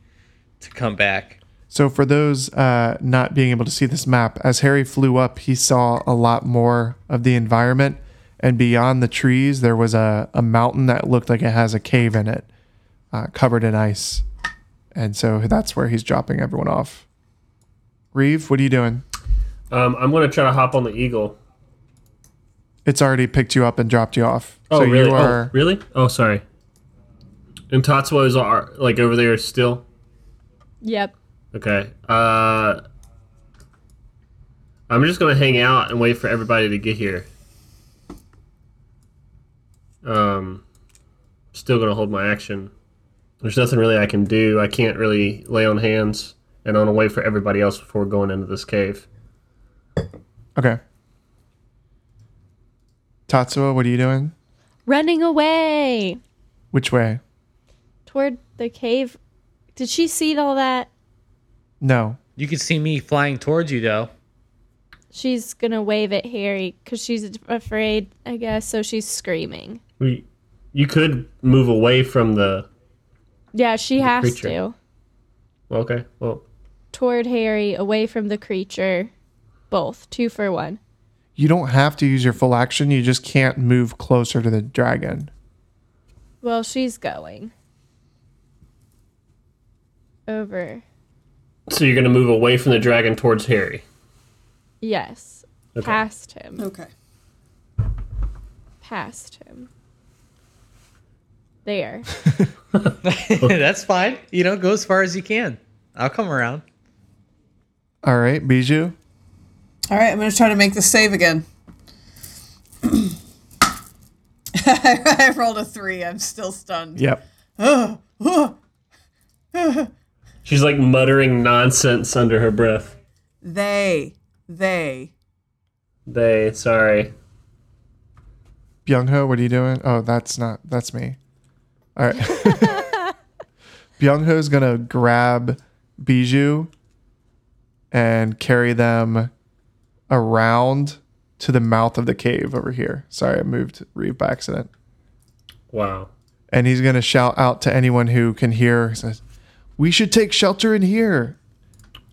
S4: to come back.
S1: So, for those uh, not being able to see this map, as Harry flew up, he saw a lot more of the environment. And beyond the trees, there was a, a mountain that looked like it has a cave in it, uh, covered in ice. And so that's where he's dropping everyone off Reeve, what are you doing?
S3: Um, I'm gonna try to hop on the eagle.
S1: It's already picked you up and dropped you off.
S3: Oh
S1: so
S3: really?
S1: you
S3: Oh
S1: are
S3: really? Oh sorry. And Tatsuo is are like over there still.
S5: Yep.
S3: Okay. Uh, I'm just gonna hang out and wait for everybody to get here. Um, still gonna hold my action. There's nothing really I can do. I can't really lay on hands, and I'm gonna wait for everybody else before going into this cave.
S1: okay. Tatsuo, what are you doing?
S5: Running away
S1: Which way?
S5: toward the cave. Did she see all that?
S1: No.
S4: You can see me flying towards you though.
S5: She's gonna wave at Harry because she's afraid, I guess. So she's screaming.
S3: We, you could move away from the.
S5: Yeah, she has
S3: creature.
S5: to
S3: Okay. Well,
S5: toward Harry, away from the creature. Both two for one.
S1: You don't have to use your full action. You just can't move closer to the dragon.
S5: Well, she's going over.
S3: so you're gonna move away from the dragon towards Harry.
S5: Yes,
S3: Okay.
S5: past him.
S2: Okay.
S5: past him. There.
S4: That's fine. You know, go as far as you can. I'll come around.
S1: All right, Bijou.
S2: All right, I'm going to try to make the save again. I rolled a three. I'm still stunned.
S1: Yep.
S3: She's like muttering nonsense under her breath.
S2: They, they.
S3: They sorry.
S1: Byung Ho, what are you doing? Oh, that's not that's me. All right. Byung Ho's gonna grab Bijou and carry them around to the mouth of the cave over here. Sorry, I moved Reeve by accident.
S3: Wow.
S1: And he's gonna shout out to anyone who can hear. He says, "We should take shelter in here."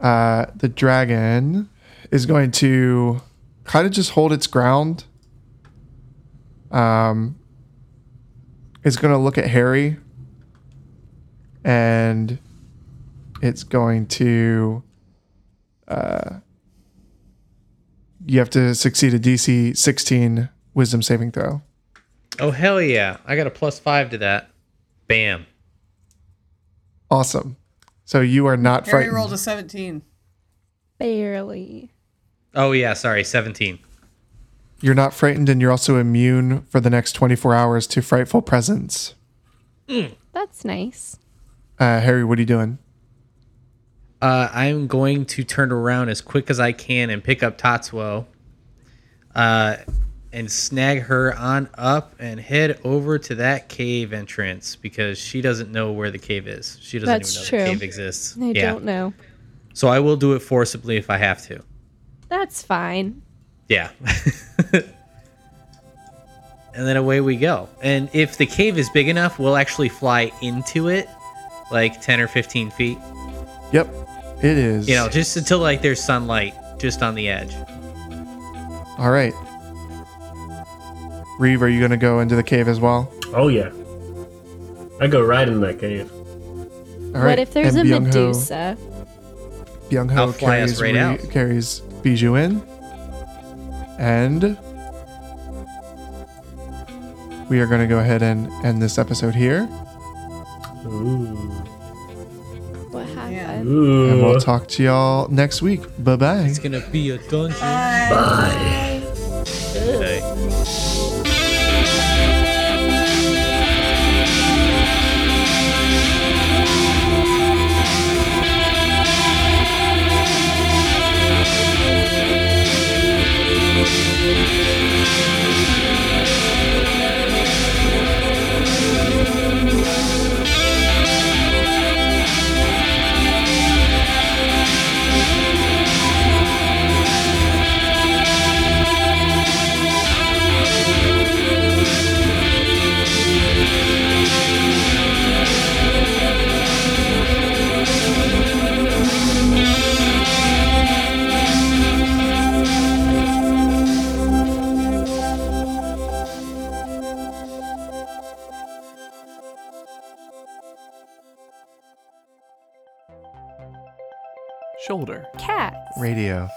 S1: Uh, the dragon is going to kind of just hold its ground. Um, it's going to look at Harry, and it's going to. Uh, you have to succeed a DC 16 Wisdom saving throw.
S4: Oh hell yeah. I got a plus five to that. Bam.
S1: Awesome. So you are not
S2: Harry
S1: frightened.
S2: rolled a 17.
S5: Barely.
S4: Oh yeah, sorry, seventeen.
S1: You're not frightened, and you're also immune for the next 24 hours to frightful presence.
S5: That's nice.
S1: Uh, Harry, what are you doing?
S4: Uh, I'm going to turn around as quick as I can and pick up Tatsuo uh, and snag her on up and head over to that cave entrance because she doesn't know where the cave is. She doesn't
S5: That's
S4: even know
S5: true.
S4: the cave exists.
S5: I don't know.
S4: So I will do it forcibly if I have to.
S5: That's fine.
S4: Yeah. and then away we go. And if the cave is big enough, we'll actually fly into it like 10 or 15 feet.
S1: Yep, it is.
S4: You know, just until like there's sunlight just on the edge.
S1: All right. Reeve, are you going to go into the cave as well?
S3: Oh yeah. I go right in that cave.
S1: All right.
S5: what if there's
S1: and
S5: a
S1: Byung-ho-
S5: Medusa?
S1: Byung-ho
S4: I'll fly us
S1: carries,
S4: right
S1: Re-
S4: out.
S1: carries Bijou in. And we are going to go ahead and end this episode here.
S3: Ooh.
S5: What happened?
S2: Yeah.
S1: And
S3: Ooh.
S1: we'll talk to y'all next week. Bye bye.
S4: It's Uh. gonna be a dungeon. Okay.
S6: Thank shoulder.
S5: Cats.
S1: Radio.